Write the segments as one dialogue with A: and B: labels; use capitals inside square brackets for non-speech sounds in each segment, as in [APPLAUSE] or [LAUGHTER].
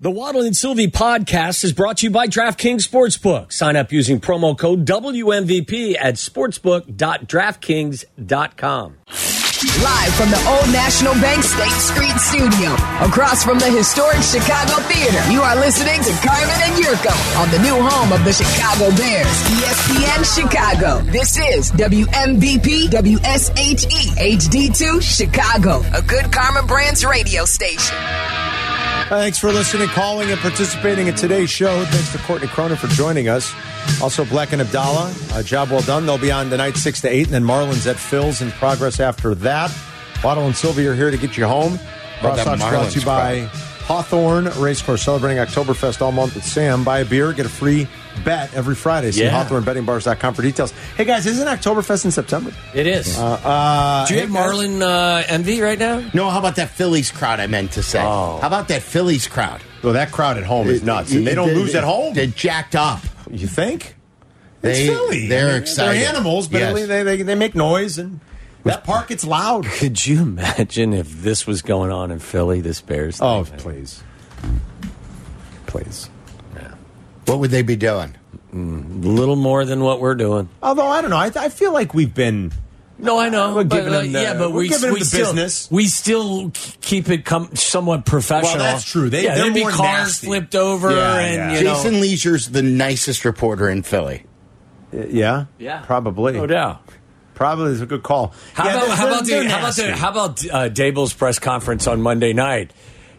A: The Waddle and Sylvie podcast is brought to you by DraftKings Sportsbook. Sign up using promo code WMVP at sportsbook.draftkings.com.
B: Live from the Old National Bank State Street Studio, across from the historic Chicago Theater, you are listening to Carmen and Yurko on the new home of the Chicago Bears, E ESPN Chicago. This is WMVP WSHE HD2 Chicago, a good Carmen Brands radio station.
C: Thanks for listening, calling, and participating in today's show. Thanks to Courtney Cronin for joining us. Also, Black and Abdallah, a job well done. They'll be on tonight, 6 to 8, and then Marlins at Phil's in progress after that. Waddle and Sylvie are here to get you home.
D: Love that
C: Crosstalk's brought to you
D: Marlins
C: by
D: crowd.
C: Hawthorne Racecourse, celebrating Oktoberfest all month with Sam. Buy a beer, get a free bet every Friday. See
A: Yeah.
C: hawthornebettingbars.com for details. Hey, guys, isn't Oktoberfest in September?
A: It is.
C: Uh,
A: Do you have
C: hey, guys.
A: Marlin uh, envy right now?
D: No, how about that Phillies crowd? I meant to say.
A: Oh.
D: How about that Phillies crowd?
C: Well, that crowd at home is nuts. and they don't lose at home.
D: They're jacked up.
C: You think?
D: They,
C: it's Philly.
D: They're
C: I mean,
D: excited.
C: They're animals, but at
D: Yes.
C: least they, they, they make noise, and that park gets
D: [LAUGHS]
C: loud.
A: Could you imagine if this was going on in Philly, this Bears? thing?
C: Oh, please. Please.
D: what would they be doing?
A: little more than what we're doing.
C: Although, I don't know. I, I feel like we've been.
A: No, I know.
C: We're
A: but,
C: giving
A: uh,
C: them the-
A: yeah, but
C: we're
A: we,
C: giving them
A: we
C: the
A: still,
C: business.
A: We still k- keep it com- somewhat professional.
C: Well, that's true. They-
A: yeah,
C: they're
A: there'd be
C: more
A: cars
C: nasty.
A: flipped over,
C: Yeah,
A: and
C: yeah.
A: you know,
D: Jason Leisure's the nicest reporter in Philly.
C: uh, Yeah?
A: yeah,
C: Probably.
A: no doubt.
C: Probably is a good call.
A: How
C: Yeah,
A: about
C: they're-
A: how about,
C: they're
A: the, how about
C: nasty.
A: the, how about uh, Dable's press conference on Monday night?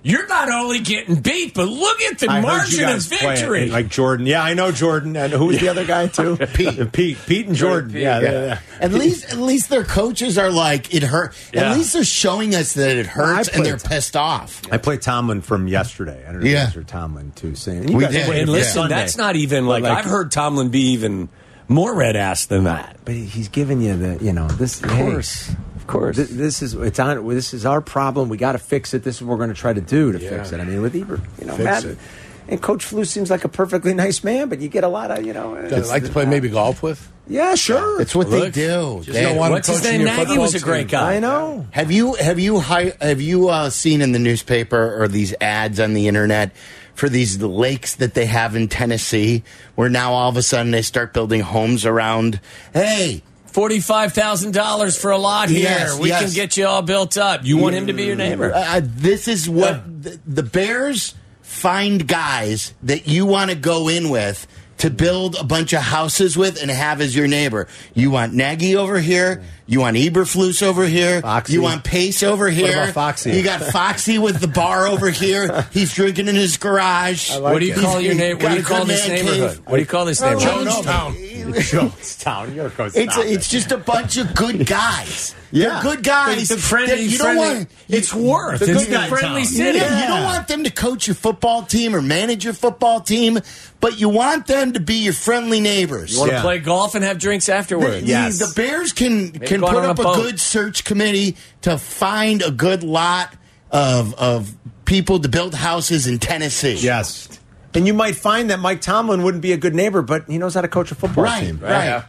A: You're not only getting beat, but look at the
C: I heard
A: margin
C: you
A: of
C: guys play it,
A: victory.
C: like Jordan. Yeah, I know Jordan. And who's the other guy, too?
D: [LAUGHS]
C: [LAUGHS]
D: Pete.
C: Pete. Pete and Jordan. Yeah, yeah. yeah.
D: At least, at least their coaches are like it hurt.
A: Yeah.
D: At least they're showing us that it
C: I
D: hurts,
C: played-
D: and they're pissed off.
C: I played Tomlin from yesterday. I don't know
D: Yeah.
C: if you guys heard Tomlin, too. Saying, you
D: We
C: guys
D: did.
C: played
A: and
C: him
A: listen,
C: Sunday.
A: that's not even
C: But,
A: like, I've heard Tomlin be even more red ass than that.
C: But he's giving you the, you know, this. Of
A: course. Of course.
C: This, is it's on. This is our problem. We got to fix it. This is what we're going to try to do to fix it. I mean, with Ebert, you know, Matt,
E: it.
C: and Coach Flew seems like a perfectly nice man, but you get a lot of, you know,
E: that
C: it's-
E: I like to play maybe golf with.
C: Yeah, sure.
D: It's what
A: Look,
D: they do.
E: just
D: They-
E: don't want- I'm
A: What's his
E: coaching
A: name?
E: your
A: Nagy was a
E: football
A: great
E: team.
A: guy.
C: I know.
D: Have you have you hi, have you uh, seen in the newspaper or these ads on the internet for these lakes that they have in Tennessee, where now all of a sudden they start building homes around? Hey,
A: Forty-five thousand dollars for a lot here.
D: Yes,
A: we
D: yes.
A: can get you all built up. You want him to be your neighbor?
D: uh, this is what th- the Bears find guys that you want to go in with to build a bunch of houses with and have as your neighbor. You want Nagy over here. You want Eberflus over here.
C: Foxy.
D: You want Pace over here.
C: about Foxy?
D: You got Foxy with the bar
C: [LAUGHS]
D: over here. He's drinking in his garage.
C: like
A: what do you
C: it.
A: call your
D: He's
A: neighbor? What do you
D: got a
A: call
D: good
A: this
D: man cave.
A: neighborhood? What do you call this neighborhood?
C: [LAUGHS] Jonestown, you're going to
D: It's it's just a bunch of good guys.
C: [LAUGHS] Yeah.
D: They're good guys.
A: The friendly,
D: that you don't
A: friendly-
D: want.
A: It's worth.
C: The
A: It's
C: good
A: the
C: guy
A: friendly
C: town.
A: city.
D: Yeah, you don't want them to coach your football team or manage your football team, but you want them to be your friendly neighbors.
A: You want to
C: Yeah.
A: play golf and have drinks
D: The,
A: afterwards.
D: the-
C: Yes.
D: the Bears can can
A: go out
D: put
A: on
D: up
A: a
D: a,
A: boat.
D: good search committee to find a good lot of of people to build houses in Tennessee.
C: yes. And you might find that Mike Tomlin wouldn't be a good neighbor, but he knows how to coach a football
D: Right,
C: team.
D: right.
E: Yeah.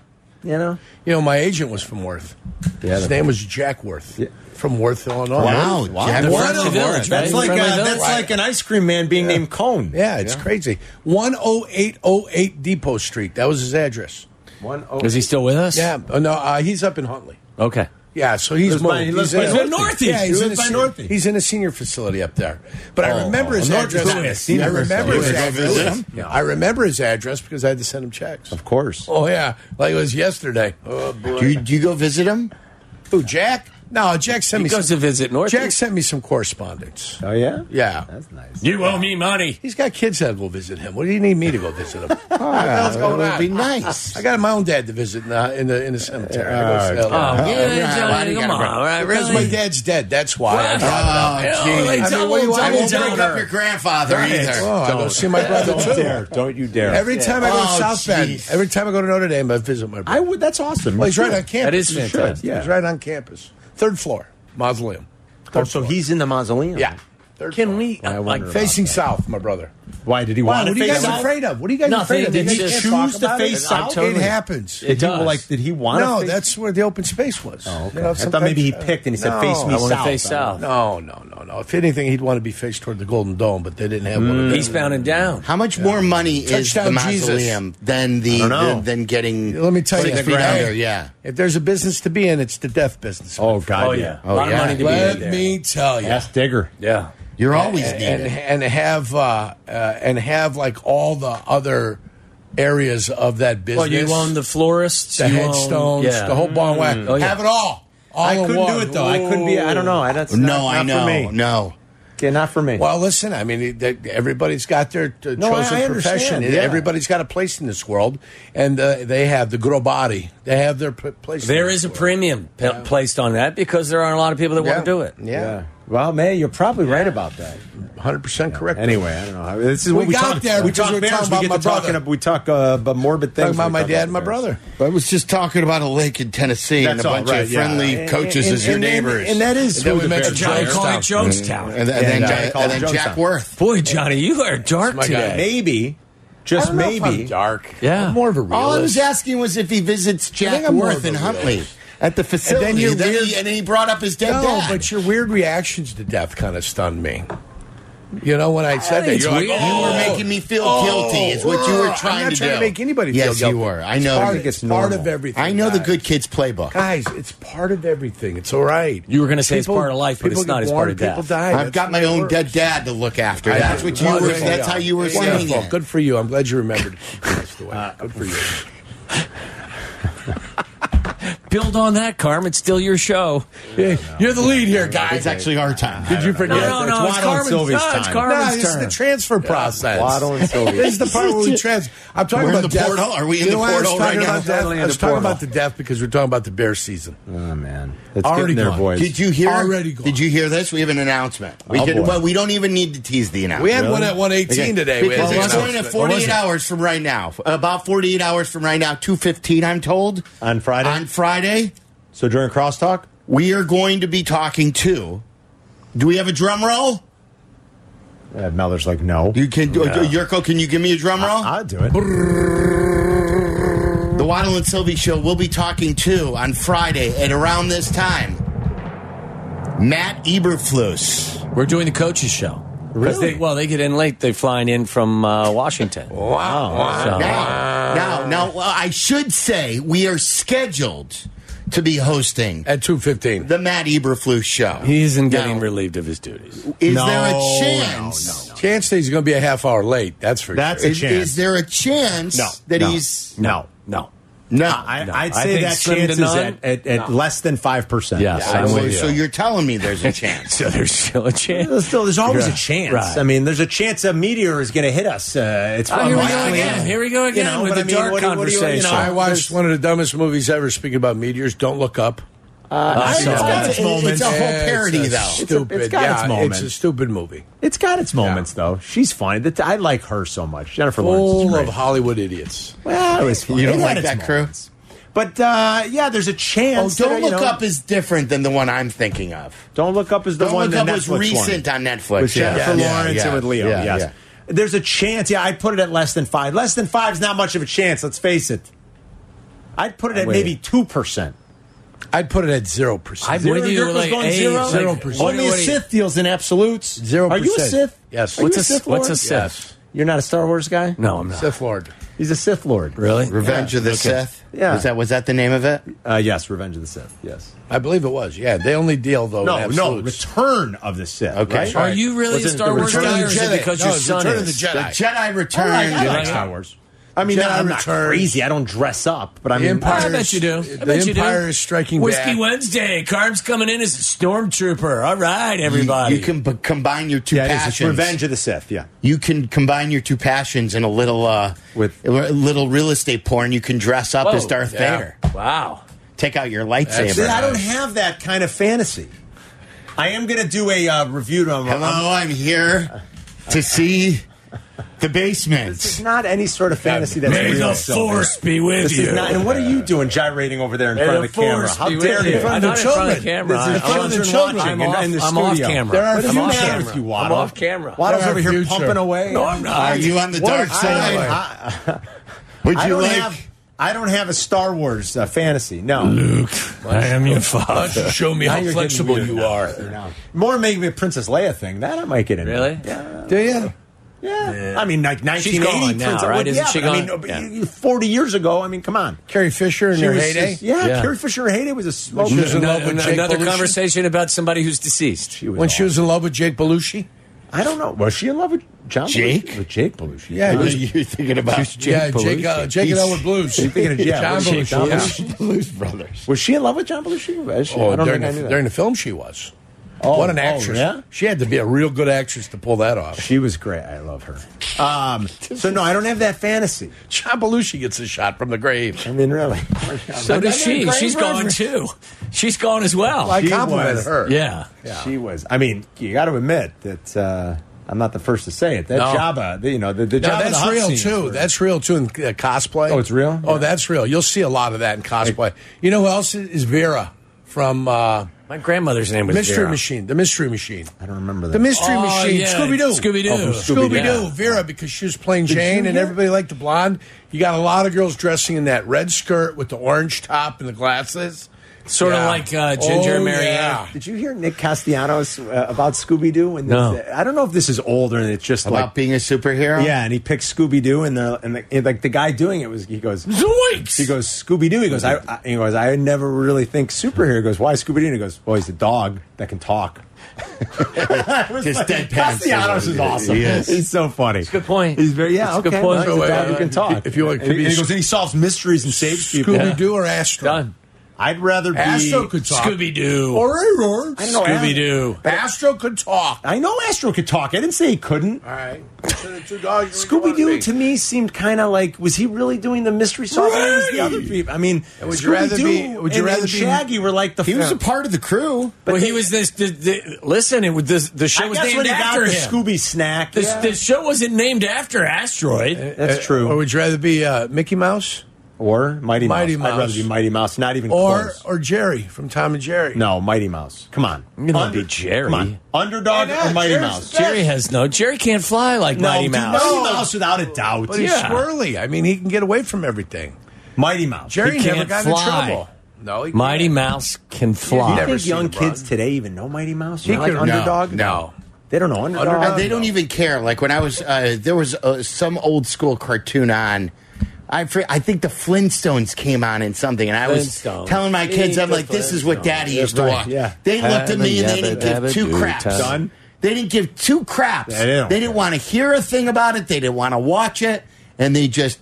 C: You know.
E: You know, my agent was from Worth. His name was Jack Worth from Worth, Illinois.
D: Wow, Jack
A: The
D: Worth.
A: friendly village, right?
C: That's like
A: Friendly
C: uh,
A: village.
C: that's like an ice cream man being named Cone.
E: Yeah, it's crazy. 10808 Depot Street. That was his address.
C: One oh.
A: Is he still with us?
E: Yeah. Oh, no, uh, he's up in Huntley.
A: Okay.
E: Yeah, so he's
C: Lives by- he
E: moved.
C: lives
E: he's
C: by
E: in-
C: Northeast.
A: Northeast.
E: Yeah,
C: He
E: he's in a
C: lives by
E: senior,
C: Northeast.
E: He's in a senior facility up there. But I remember his
C: Northeast.
E: address.
C: Senior
E: I remember
C: facility.
E: his
C: You
D: ever go visit
E: address.
D: him?
E: Yeah, I remember his address because I had to send him checks.
C: Of course.
E: Oh yeah, like it was yesterday. Oh boy.
D: Do you, do you go visit him?
E: Who, Jack? No, Jack sent
A: He
E: me.
A: goes
E: some,
A: to visit North. Uh,
E: Jack sent me some correspondence.
C: Oh yeah.
E: Yeah.
C: That's nice.
A: You owe me money.
E: He's got kids that will visit him. What do you need me to go
A: [LAUGHS]
E: visit him? what
A: Ah,
E: the hell's going
D: That
E: on?
D: would be nice.
E: I got my own dad to visit in the in the, in the cemetery. I
A: Oh,
E: go, uh,
A: yeah, yeah,
D: why do you
A: come on,
D: gotta-
A: all right,
E: because
A: really?
E: my dad's dead. That's why. I
A: Oh,
E: brought it up.
A: hell, they
E: [LAUGHS] I mean,
A: double-
E: what do you want?
D: I
A: double
D: won't bring
A: downer.
D: up your grandfather
E: Oh,
D: either.
E: I go see my brother
C: Don't
E: too.
C: dare. Don't you dare.
E: Every time I go to
D: Oh,
E: South Bend,
D: jeez.
E: every time I go to Notre Dame, I visit my brother.
C: I would. That's awesome.
E: well, he's
C: You
E: right
C: should.
E: on campus.
A: That is fantastic.
C: Yeah.
E: He's right on campus. Third floor, mausoleum.
C: Oh, so he's in the mausoleum.
E: Yeah. Third
A: Can
E: floor.
A: we?
C: I
A: like,
C: wonder about
E: Facing south, my brother.
C: Why did he
E: Why?
C: want
E: What
C: to
E: are you
C: face
E: guys
C: South?
E: afraid of? What are you guys
A: Nothing.
E: afraid of?
A: Did
E: You
A: he
E: can't
A: choose
E: talk
C: to
E: about
C: face
E: it?
C: South?
E: It
C: Totally.
E: happens.
C: Did he,
A: does.
C: like, did he want
E: no,
C: to face
E: that's where the open space was.
C: Oh, okay.
E: You know,
C: I thought maybe he
E: sometimes-
C: picked and he said,
E: No.
C: face me
A: I want to
C: south.
A: face
C: I
A: south.
C: don't
E: No, no, no, no. If anything, he'd want to be faced toward the Golden Dome, but they didn't have one. Of those.
A: Eastbound and down.
D: How much more money is the
E: Touchdown Jesus.
D: mausoleum than the
C: I don't know.
D: than, than getting?
E: Let me tell you,
D: six
E: the
D: feet
E: ground.
D: under, yeah.
E: If there's a business to be in, it's the death business.
C: Oh, God. yeah.
A: a lot
D: yeah.
A: of money to be
E: Let
A: in there.
E: me tell you.
C: Ask Digger.
A: Yeah.
D: You're always
E: and
D: needed.
E: and have uh, uh, and have like all the other areas of that business.
A: Well, you own the florists,
E: the
A: you own-
E: headstones,
A: yeah.
E: the whole barn whack.
A: Oh, yeah.
E: Have it all. all
C: Mm, I
E: in
C: couldn't
E: one.
C: do it, though. I couldn't be. I don't know. I- That's not,
D: no, I
C: not For
D: know.
C: me.
D: No,
C: Yeah, not for me.
E: Well, listen. I mean, it- that- everybody's got their uh,
C: No, I-
E: chosen
C: I
E: profession.
C: understand, yeah.
E: Everybody's got a place in this world, and uh, they have the girl body. They have their p- place. in
A: There
E: this
A: is a
E: world.
A: premium p- placed on that because there aren't a lot of people that want to do it.
C: yeah. Well, May, you're probably right about that.
E: hundred percent correct.
C: Anyway, I don't know. how- This is what
E: We
C: we,
E: got
C: talk,
E: there
C: We
E: because
C: talk
E: we were
C: bears. we
E: talking about
C: get
E: my
C: to talking.
E: brother.
C: ab- We talk uh, about morbid things.
E: talking about
C: when we
E: my
C: talk
E: dad and my
C: bears.
E: brother.
D: I was just talking about a lake in Tennessee
C: That's
D: and a
C: all
D: bunch
C: right,
D: of
C: yeah.
D: friendly
C: And-
D: coaches
C: and-
D: as your
C: and- and-
D: neighbors.
C: And that is
E: And then
C: who
E: we
C: the bears
E: mentioned
A: Johnny
C: are.
E: Johnstown.
A: Calling Jonestown.
D: Mm-hmm. And then,
C: Yeah,
D: and
C: yeah,
D: then,
C: I call
D: and
C: it
D: then Jack
C: Jonestown.
D: Worth.
A: Boy, Johnny, you are dark
E: my guy.
A: today.
C: Maybe, just maybe.
E: dark.
A: Yeah.
E: I'm more of a realist.
D: All I was asking was if he visits
E: think
D: Jack
E: I'm more of
D: Worth
E: a
D: in Huntley
E: realist.
D: at the facility.
E: you're
D: Then
E: weird-
D: he- and he brought up his dead
E: no,
D: dad.
E: but your weird reactions to death kind of stunned me. You know when I said that,
A: it's
E: you're like,
A: weird.
E: "Oh,
D: you were making me feel
E: oh,
D: guilty. Is what you were
E: uh,
D: trying
E: I'm not
D: to
E: trying
D: do.
E: to make anybody feel
D: yes,
E: guilty.
D: you were. I
E: It's
D: know.
E: part,
D: you
E: of-
D: did.
E: it's part
C: normal.
E: of everything.
D: I know the
E: guys.
D: good kids playbook.
E: guys. It's part of everything. It's all right.
A: You were gonna say it's part of life, but
E: people
A: it's not.
E: get
A: It's part
E: born,
A: of death.
E: People die.
D: I've
E: That's
D: got my
E: the way it
D: own
E: works.
D: dead dad to look after. That's what you were.
E: Wonderful.
D: That's how you were saying
E: Wonderful.
D: it.
E: Good for you. I'm glad you remembered. That's the
A: Uh,
E: way. Good for
A: [LAUGHS]
E: you.
A: Build on that, Carm. It's still your show.
E: Yeah, You're the lead here, guys.
D: It's actually our time.
E: Did you forget?
A: No, no, no.
C: Waddle
A: It's
C: and
A: Carmen's,
C: Sylvia's
A: no, it's
C: time.
E: No,
A: Carmen's
E: this is
A: turn.
E: the transfer process.
C: Waddle
E: [LAUGHS]
C: and Sylvia.
E: This is the part where we trans. I'm talking
D: We're in
E: about
D: the
E: death.
D: portal? Are we in
E: You
D: the
E: know why I was
D: portal right
E: talking
D: now?
E: about death?
C: Totally in
E: I was
C: the
E: talking
C: portal.
E: about the death because we're talking about the bear season.
C: Oh man, it's
E: Already
C: getting there,
E: gone.
C: boys.
D: Did you hear?
E: Already gone.
D: Did you hear this? We have an announcement. We
C: Oh,
D: did,
C: boy.
D: well, we don't even need to tease the announcement.
E: We had one at 118 today. We
D: Because
E: had
D: it's
E: an
D: going to
E: announcement.
D: 48 hours from right now. About 48 hours from right now, 215, I'm told.
C: On Friday?
D: On Friday,
C: so during crosstalk?
D: we are going to be talking to. Do we have a drum roll?
C: Uh, Meller's like, no.
D: You can do Yurko, can you give me a drum roll?
C: I'll do it.
D: the Waddle and Sylvie show will be talking to on Friday at around this time. Matt Eberflus.
A: We're doing the coaches show. 'Cause
C: Really?
A: They, well, they get in late. They're flying in from uh, Washington.
C: Wow.
A: So-
C: Ah.
D: Now, now, now, well, I should say we are scheduled to be hosting
E: at 215.
D: the Matt Eberflus show.
A: he isn't getting
D: Now,
A: relieved of his duties.
D: Is
C: No,
D: there
C: no,
D: a
C: no,
D: chance?
E: Chance that he's going to be a half hour late. That's for
C: That's
E: sure.
C: a
D: Is,
C: chance.
D: is there a chance
C: no.
D: that
C: no,
D: he's
C: no.
A: No. [LAUGHS]
D: no?
C: I,
A: No.
C: I'd
A: I
C: say
A: think
C: that
A: slim to
C: chance is
A: none.
C: at, at, at less than five percent.
A: Yeah,
D: So-
A: I'm with
D: so
A: you.
D: you're telling
C: [LAUGHS]
D: me there's a chance?
A: So there's still a
C: There's
A: chance.
C: Still, there's always
A: Yeah.
C: a chance.
A: Right.
C: I mean, there's a chance a meteor is going to hit us. Uh, it's
A: Oh, here we go
C: unlikely.
A: again. Here we go again with
C: but
A: the dark
C: do you- do you-
A: conversation.
E: I watched one of the dumbest movies ever. Speaking about meteors, don't look up.
A: I
D: it's
A: saw
D: got
A: that.
D: its moments. It's a whole
E: It's
D: parody,
E: a
D: though. It's a-
C: it's
E: Stupid.
C: got
E: yeah,
C: its moments.
E: It's a stupid movie.
C: It's got its moments, though. She's fine. That I like her so much. Jennifer Lawrence. is
E: Full
C: great.
E: of Hollywood idiots.
C: Well, it was fine.
D: You don't
C: It
D: like
C: had its
D: that crew?
C: moments. But uh, yeah, there's a
D: Oh,
C: chance. that,
D: don't
C: you
D: look
C: know-
D: up is different than the one I'm thinking of.
C: Don't look up is the
D: Don't
C: one.
D: look
C: the
D: up was
C: Netflix one.
D: recent on Netflix.
C: with
D: yeah.
C: Jennifer
D: Yeah,
C: Lawrence
D: yeah,
C: and with Leo.
D: yeah,
C: yes.
D: yeah.
C: There's a chance. Yeah, I'd put it at less than five. Less than five is not much of a chance. Let's face it. I'd put it at
A: Wait.
C: maybe two percent.
E: I'd put it at 0%.
A: I'm with you. Like
C: going
A: eight,
C: zero.
A: like-
E: Zero percent.
A: what-
C: Only a
A: what-
C: Sith deals in absolutes.
E: Zero
C: Are you a
E: percent.
C: Sith?
E: Yes.
C: Are
A: What's a
C: you a Sith?
A: what's a
C: Lord?
A: Sith?
E: Yes.
C: You're not a Star Wars guy.
A: No, I'm not.
E: Sith Lord.
C: He's a Sith Lord.
A: Really?
D: Revenge of the Sith.
C: Yeah.
D: Was that was that the name of it?
C: Uh, yes, Revenge of the Sith. Yes.
E: I believe it was. Yeah, they only deal though.
C: No,
E: in
C: no,
E: absolutes.
C: Return of the Sith.
D: Okay.
C: right?
A: Are you really
C: Was
A: a
C: it
A: Star
C: the
A: Wars
C: Return of
A: guy,
C: the
A: or is it
E: Jedi?
A: because
E: No,
A: your
E: it's
A: son
E: Return of the
A: is?
E: Jedi. Oh,
D: The Jedi
C: I
D: Return.
C: like, I like
A: Jedi.
C: Star Wars. I mean, not-
E: Jedi
C: I'm not
E: Return.
C: crazy. I don't dress up, but I mean,
E: Empire-
A: I bet you do. I
E: The
A: bet you do.
E: Empire is striking
A: Whiskey
E: back.
A: Wednesday. Carb's coming in as a stormtrooper. All right, everybody.
D: You, you can b- combine your two
C: yeah, it is. It's
D: passions.
C: Revenge of the Sith. Yeah.
D: You can combine your two passions in a little uh,
C: With-
D: a little real estate porn. You can dress up
A: Whoa.
D: as Darth
E: Yeah.
D: Vader.
A: Wow.
D: Take out your
E: That's
D: lightsaber.
C: See,
E: it.
C: I don't
E: Nice.
C: have that kind of fantasy. I am going to do a uh, review. Of,
D: Hello, I'm here to see The basement.
C: This is not any sort of fantasy that's
E: May
C: real.
E: the
C: Sylvia.
E: force be with
C: This
E: you.
C: is not. And what are you doing gyrating over there in front of the camera? How dare you?
E: In front
A: I'm
E: of the
A: not in front of the
E: children.
A: camera.
E: This is in front of the
A: I'm-
E: children.
A: I'm
C: in-
A: off,
C: in the
A: I'm off
C: studio.
A: camera.
E: There are
A: I'm
E: few
A: off
E: matters
A: camera.
C: with you,
A: I'm
C: Waddle.
A: off camera.
C: Waddle's
E: They're
C: over here
E: our future.
C: pumping away.
A: No, I'm not.
D: Are you on the
E: What
D: dark
E: a
D: side?
E: time.
D: Would
C: I
D: you
C: don't
D: like?
C: have. I don't have a Star Wars uh, fantasy. No.
E: Luke, I am your father. Show me
C: Now
E: how
C: you're getting
E: flexible
C: weird
E: you
C: now.
E: are.
C: No. More maybe a Princess Leia thing. That I might get in.
A: Really?
C: Yeah.
E: Do you?
C: Yeah. I mean, like 1980
A: gone now,
C: Princess-
A: right?
C: well,
A: Isn't
C: yeah,
A: she
C: but
A: gone?
C: I mean, 40 years ago. I mean, come on.
E: Carrie Fisher in her
C: was
E: heyday.
C: just- yeah,
A: Yeah.
C: Carrie Fisher in her heyday was a smoker.
E: She was in love
A: Another,
E: with Jake
A: another
E: Belushi?
A: conversation about somebody who's deceased.
C: was
E: when she was in love with Jake Belushi.
C: I don't know. Was she in love with John?
D: Jake?
C: Belushi? With Jake Belushi?
E: Yeah,
C: It was-
E: Jake-
D: You're thinking about
E: yeah, Jake, uh, Jake and
D: He's-
E: Elwood Blues.
C: You're
E: [LAUGHS]
C: thinking of- yeah,
E: John
C: Jake
E: Belushi.
C: Belushi.
E: yeah. [LAUGHS]
D: Blues Brothers.
C: Was she in love with John Belushi? Was she?
E: Oh,
C: I don't
E: during,
C: think I
E: the,
C: knew that.
E: during the film, she was.
C: Oh,
E: what an
C: oh,
E: actress!
C: yeah?
E: She had to be a real good actress to pull that off. [LAUGHS]
C: she was great. I love her. Um, so no, I don't have that fantasy.
E: John Belushi gets a shot from the grave.
C: I mean, really.
A: So does
C: I mean,
A: she.
C: Grave
A: She's
C: River.
A: gone too. She's gone as well.
E: I
C: She
E: complimented
C: was-
E: her.
A: yeah.
C: She was. I mean, you got to admit that uh, I'm not the first to say it. That
A: No.
C: Jabba, the, you know, the, the
E: Now,
C: Jabba the
E: that's
C: Hutt
E: real
C: scenes
E: too.
C: were-
E: That's real too in uh, cosplay.
C: Oh, it's real?
E: Oh,
C: Yeah.
E: that's real. You'll see a lot of that in cosplay. You know who else is Vera from uh,
A: My grandmother's name was
E: Mystery
A: Vera.
E: Machine? The Mystery Machine.
C: I don't remember that.
E: The Mystery
A: Oh,
E: Machine.
A: yeah.
E: Scooby Doo.
A: Scooby-Doo.
E: Oh,
A: Scooby-Doo.
E: Scooby Doo.
A: Yeah.
E: Vera because she was playing Jane
C: you
E: and
C: hear-
E: everybody liked the blonde. You got a lot of girls dressing in that red skirt with the orange top and the glasses.
A: Sort of
E: Yeah.
A: like uh, Ginger
E: Oh,
A: and Marianne.
E: yeah.
C: Did you hear Nick Castellanos uh, about Scooby Doo?
A: No.
C: I don't know if this is older and it's just
D: About
C: like
D: being a superhero?
C: yeah, and he picks Scooby Doo and the and, the, and like the guy doing it was he goes
A: Zoinks!
C: he goes Scooby Doo he goes I, I he goes I never really think superhero he goes why Scooby Doo he goes well he's a dog that can talk.
A: [LAUGHS]
C: It was
D: Just
C: funny.
D: deadpan
C: Castellanos
D: Scooby
C: is
D: Doo.
C: awesome.
D: He is.
C: He's so funny.
A: Good point.
C: He's very
A: It's
C: yeah.
A: a
C: okay,
A: good point.
C: well, he's a dog who can talk.
E: If you like to
C: and,
E: be
C: and he goes and he solves mysteries and saves people.
E: Scooby Doo or Astro?
A: Done.
C: I'd rather be
E: Astro could talk.
A: Scooby Doo.
E: Or Aurora.
C: I don't know,
A: Scooby Doo.
E: Astro could talk.
C: I know Astro could talk. I didn't say he couldn't.
E: All right. So the two dogs you
C: Scooby Doo
E: wanna
C: to me seemed kind of like was he really doing the mystery solving? It was the other people. I mean,
E: Would you rather be-
C: Scooby-Doo
E: would you
C: and-
E: rather
C: and
E: be-
C: Shaggy were like the
D: He was a part of the crew.
A: well, he was this. The, the, listen, it was this, the show
C: I
A: was
C: guess
A: named
C: when he got
A: after
C: the
A: him.
C: Scooby snack.
A: The,
C: yeah.
A: the show wasn't named after Asteroid.
C: That's
E: be?
C: true.
E: uh, Or would you rather be uh, Mickey Mouse
C: Or Mighty,
E: Mighty
C: Mouse. I'd rather
E: Mouse.
C: be Mighty Mouse. Not even
E: or
C: close.
E: or Jerry from Tom and Jerry?
C: no, Mighty Mouse. Come on.
A: You don't be Jerry.
C: Come on. Underdog
E: Yeah,
C: or Mighty
E: Jerry's
C: Mouse?
E: the best.
A: Jerry has no. Jerry can't fly like
C: No,
A: Mighty
C: dude,
A: Mouse.
C: Mighty Mouse without a doubt.
E: But he's
A: Yeah.
E: swirly. I mean, he can get away from everything.
C: Mighty Mouse.
E: Jerry
A: He
E: never
A: can't
E: got
A: fly.
E: into trouble. No, he
A: Mighty
E: can't.
A: Mouse can
C: Do you
A: fly.
E: never
C: think
E: seen
C: young
E: him
C: kids
E: run.
C: today even know Mighty Mouse?
E: He
C: Not like
E: could- no,
C: underdog?
E: no.
C: They don't know underdog.
E: Underdog,
D: Uh, they don't even care. Like when I was, uh, there was uh, some old school cartoon on. I fr- I think the Flintstones came on in something, and I was
A: Flintstones.
D: telling my kids, I'm like, this is what Daddy used to
C: right,
D: watch.
C: yeah.
D: They looked at me and they
A: Habba
D: didn't give
A: dabba
D: two
A: doo
D: craps.
A: time.
C: Done.
D: They didn't give two craps.
C: They don't
D: They didn't
C: care.
D: want to hear a thing about it. They didn't want to watch it, and they just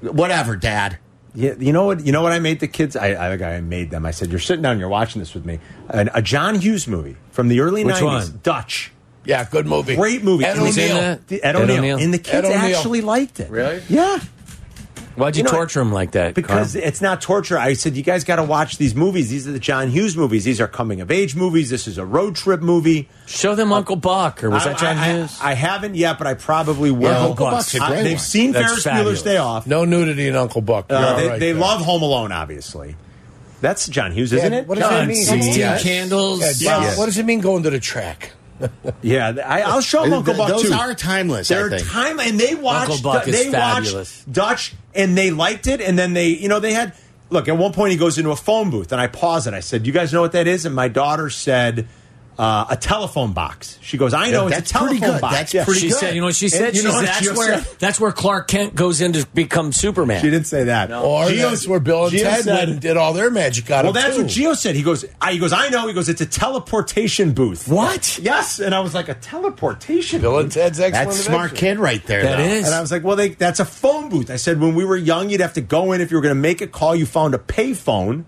D: whatever, Dad.
C: Yeah, you know what? You know what I made the kids? I, I, like, I made them. I said, "You're sitting down. You're watching this with me." An, a John Hughes movie from the early
A: Which
C: nineties,
A: one?
C: Dutch,
E: Yeah, good movie.
C: great movie.
E: Ed
C: And
A: He's in
E: O'Neill.
A: that?
C: the-
A: Ed
C: Ed O'Neill.
A: O'Neill.
C: and the kids
E: O'Neill.
C: actually liked it.
E: Really?
C: Yeah,
A: Why'd you,
C: You know,
A: torture him like that?
C: because
A: Carm?
C: it's not torture. I said, "You guys got to watch these movies. These are the John Hughes movies. These are coming of age movies. This is a road trip movie."
A: show them Uncle Buck, or was
C: I-
A: that John
C: I,
A: Hughes?
C: I, I haven't yet, but I probably will.
D: Yeah, Uncle
A: Buck's
D: a
C: I-
D: great
C: they've
D: one.
C: seen
A: That's
C: Ferris
A: fabulous.
C: Bueller's Day Off.
E: No nudity in Uncle Buck. You're
C: Uh,
E: all
C: they
E: right
C: they
E: there.
C: love Home Alone, obviously. That's John Hughes, isn't it?
E: What does
A: John
E: that mean?
A: Sixteen
E: Yes.
A: candles.
E: Yeah, Bob,
D: Yes.
E: What does it mean going to the track?
C: Yeah, th- I, I'll show them Uncle
D: Th-
C: Buck
D: those
C: too.
D: are timeless, I
C: They're
D: think.
C: time, and they watched.
A: Uncle Buck is
C: they
A: fabulous.
C: watched Dutch, and they liked it. And then they, you know, they had. Look, at one point he goes into a phone booth, and I pause it. I said, "You guys know what that is?" And my daughter said, uh, "A telephone box." She goes, "I know it's
D: that's
C: a telephone
D: pretty good.
C: box."
D: That's pretty
A: she
D: good.
A: said, "You know what she
C: And
A: said?
C: you
A: She
C: know
A: said,
C: what
A: that's
C: Geo
A: where
C: said?
A: that's where Clark Kent goes in to become Superman."
C: She didn't say that.
E: Or
C: Geo-
E: that's where Bill and
C: Geo
E: Ted
C: said-
E: went and did all their magic out
C: Well,
E: of
C: that's
E: too.
C: what Geo said. He goes, I, he goes, I know. He goes, it's a teleportation booth.
A: What?
C: Yes. And I was like, a teleportation
E: Bill
C: booth?
E: and Ted's excellent.
D: That's smart
E: adventure.
D: kid right there.
A: That
D: though.
A: is.
C: And I was like, well, they, that's a phone booth. I said, when we were young, you'd have to go in. If you were going to make a call, you found a pay phone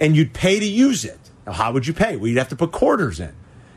C: and you'd pay to use it. Now, how would you pay? Well, you'd have to put quarters in.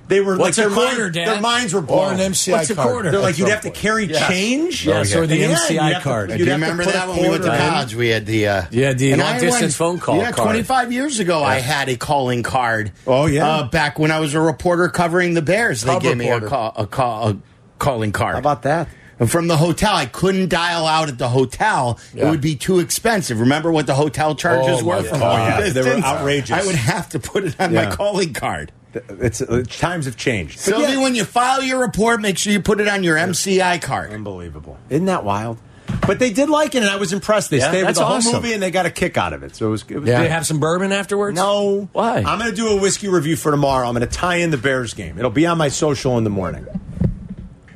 C: They were
A: What's
C: like,
A: a
C: their,
A: quarter,
C: mind-
A: Dad?
C: their minds were
E: Or
C: blown.
E: an MCI
A: What's a
E: card.
A: quarter?
C: They're like, you'd have to
E: That's
C: carry
E: Yeah.
C: change.
A: Yes, or the
C: Yeah,
A: MCI
C: you'd have to-
A: card.
C: you'd
D: Do you
C: have to
D: remember
C: put a
D: that when we went to
C: quarter in.
D: college? We had the uh,
A: Yeah, the
D: and
A: long
D: I
A: distance phone call
D: Yeah,
A: card.
D: twenty five years ago, I had a calling card.
C: Oh, yeah.
D: uh, back when I was a reporter covering the Bears, they
E: Cub
D: gave me a
E: reporter.
D: call, a call, a calling card.
C: How about that?
D: And from the hotel, I couldn't dial out at the hotel. It
E: Yeah.
D: would be too expensive. Remember what the hotel charges
E: Oh,
D: were
E: my
D: [LAUGHS] from
E: God.
D: all
E: Yeah,
D: this
C: they were
D: didn't-
C: outrageous.
D: I would have to put it on
C: Yeah.
D: my calling card.
C: It's uh, times have changed. But
D: Sylvie,
C: yeah,
D: when you file your report, make sure you put it on your MCI card.
C: Unbelievable. Isn't that wild? But they did like it, and I was impressed. They stayed with
A: that's
C: the whole
A: awesome.
C: movie, and they got a kick out of it. So it was. It was
E: Yeah.
A: Did they have some bourbon afterwards?
C: No.
A: Why?
C: I'm going to do a whiskey review for tomorrow. I'm going to tie in the Bears game. It'll be on my social in the morning.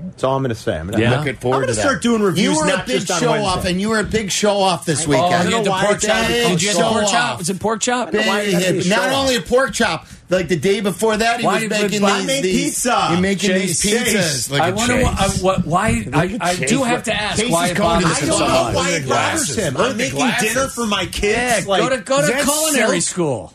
C: That's all I'm going to say. I'm gonna,
A: Yeah.
C: I'm
D: Looking forward
C: gonna
D: to that.
C: start doing reviews.
D: You were
C: not
D: a big
C: just on
D: show
C: Wednesday.
D: off, and you were a big show off this weekend.
A: you had the
C: why
A: pork
C: they-
A: chop. Did you have the
D: Show
A: pork chop?
D: off.
A: Was it pork chop?
D: Big
C: Why did
D: hit.
C: he
D: Not
C: show
D: only a pork chop, like the day before that, he
A: Why
D: was
A: did-
D: making
A: I
D: these,
C: made
D: these-
C: pizza.
D: You're making
C: Chase,
D: these pizzas.
C: Chase.
D: Like
A: I
D: a
A: wonder what, I,
D: Chase.
A: what, why. I, I do have to ask
D: Casey's
A: why.
D: going to
A: Bob
D: this
C: I don't
D: Look
C: know
D: at
C: why
D: the
C: it bothers him.
E: Look at
C: I'm
E: the
C: making
E: glasses.
C: dinner for my
A: Yeah,
C: kids.
A: go to
C: like,
A: go to
C: that's
A: culinary
C: silk.
A: school.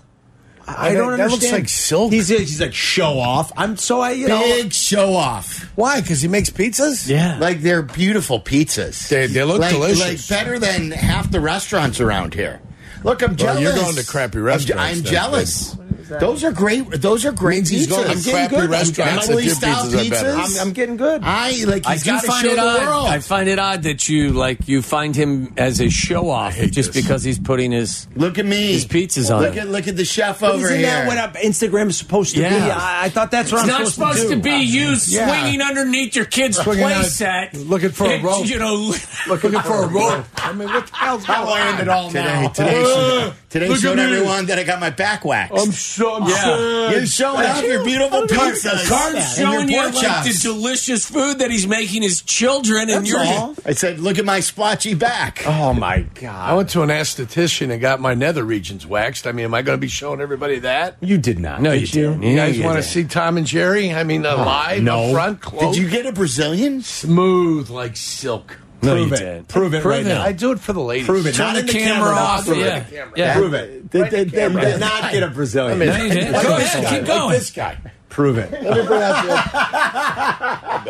C: I don't
E: That looks
C: understand.
E: like silk.
C: He's he's like show off. I'm so I you know.
D: Big show off.
E: Why? Because he makes pizzas.
A: Yeah.
D: Like they're beautiful pizzas.
E: They- they look
D: Like-
E: delicious.
D: Like better than half the restaurants around here. Look, I'm jealous.
E: Well, you're going to crappy
D: I'm-
E: restaurants
D: I'm,
E: then,
D: jealous. Those are great. Those are great
E: Means he's
D: pizzas.
E: going to
D: I'm getting
E: crappy
D: good.
E: restaurants
D: I'm
E: if your
D: style
E: pizzas are better.
C: I'm, I'm getting good.
D: I like.
A: I
D: He's
A: do
D: got to
A: find
D: show
A: it
D: the
A: odd.
D: world.
A: I find it odd that you like you find him as a show off
E: hate
A: just
E: this.
A: because he's putting his
D: Look at me.
A: His pizza's on
D: Look
A: it.
D: at look at the chef
C: But
D: over
C: isn't
D: here.
C: that what a- Instagram's supposed to be?
A: Yeah.
C: I, I thought that's what
A: It's
C: I'm
A: not supposed,
C: to,
A: to,
C: do.
A: be you
E: yeah.
A: swinging underneath your kid's
E: Swinging out,
A: playset,
E: looking for a
A: It-
E: rope.
A: You know, [LAUGHS]
E: Looking for a rope. I mean, what the hell's
D: How I
E: going on?
D: end it all
E: today?
D: now. Ah,
C: [LAUGHS]
D: Today,
E: Ugh.
D: showed, today
E: Look at
D: showed
E: me.
D: everyone that I got my back waxed.
E: I'm so I'm
A: Yeah.
E: sad.
D: You're showing off your beautiful pizzas.
A: Carb's
D: and your
A: showing you
D: pork
A: like the
D: chops.
A: delicious food that he's making his children, and
C: That's
A: you're
C: all.
D: I said, look at my splotchy back.
C: Oh my
E: I
C: god!
E: went to an esthetician and got my nether regions waxed. I mean, am I going to be showing everybody that?
C: You did not.
A: No,
C: did
A: you didn't.
E: You
A: Yeah,
E: guys
A: you
E: want to
A: did.
E: see Tom and Jerry? I mean, uh, live, up front, close,
D: Did you get a Brazilian?
E: smooth like silk.
C: No,
A: Prove
C: you
A: it.
C: didn't. Prove it
A: Prove
C: right
A: it.
C: now.
E: I do it for the ladies.
C: Prove it.
E: Turn
C: Not
E: the
C: in the
E: camera
C: camera,
E: off.
C: not
E: yeah.
A: yeah, yeah.
C: Prove it. They, they, they,
E: camera.
C: did not get a Brazilian.
E: I mean,
A: you did.
E: like
A: Go
E: this
A: ahead,
E: guy,
A: keep going.
E: Like this guy.
C: Prove it.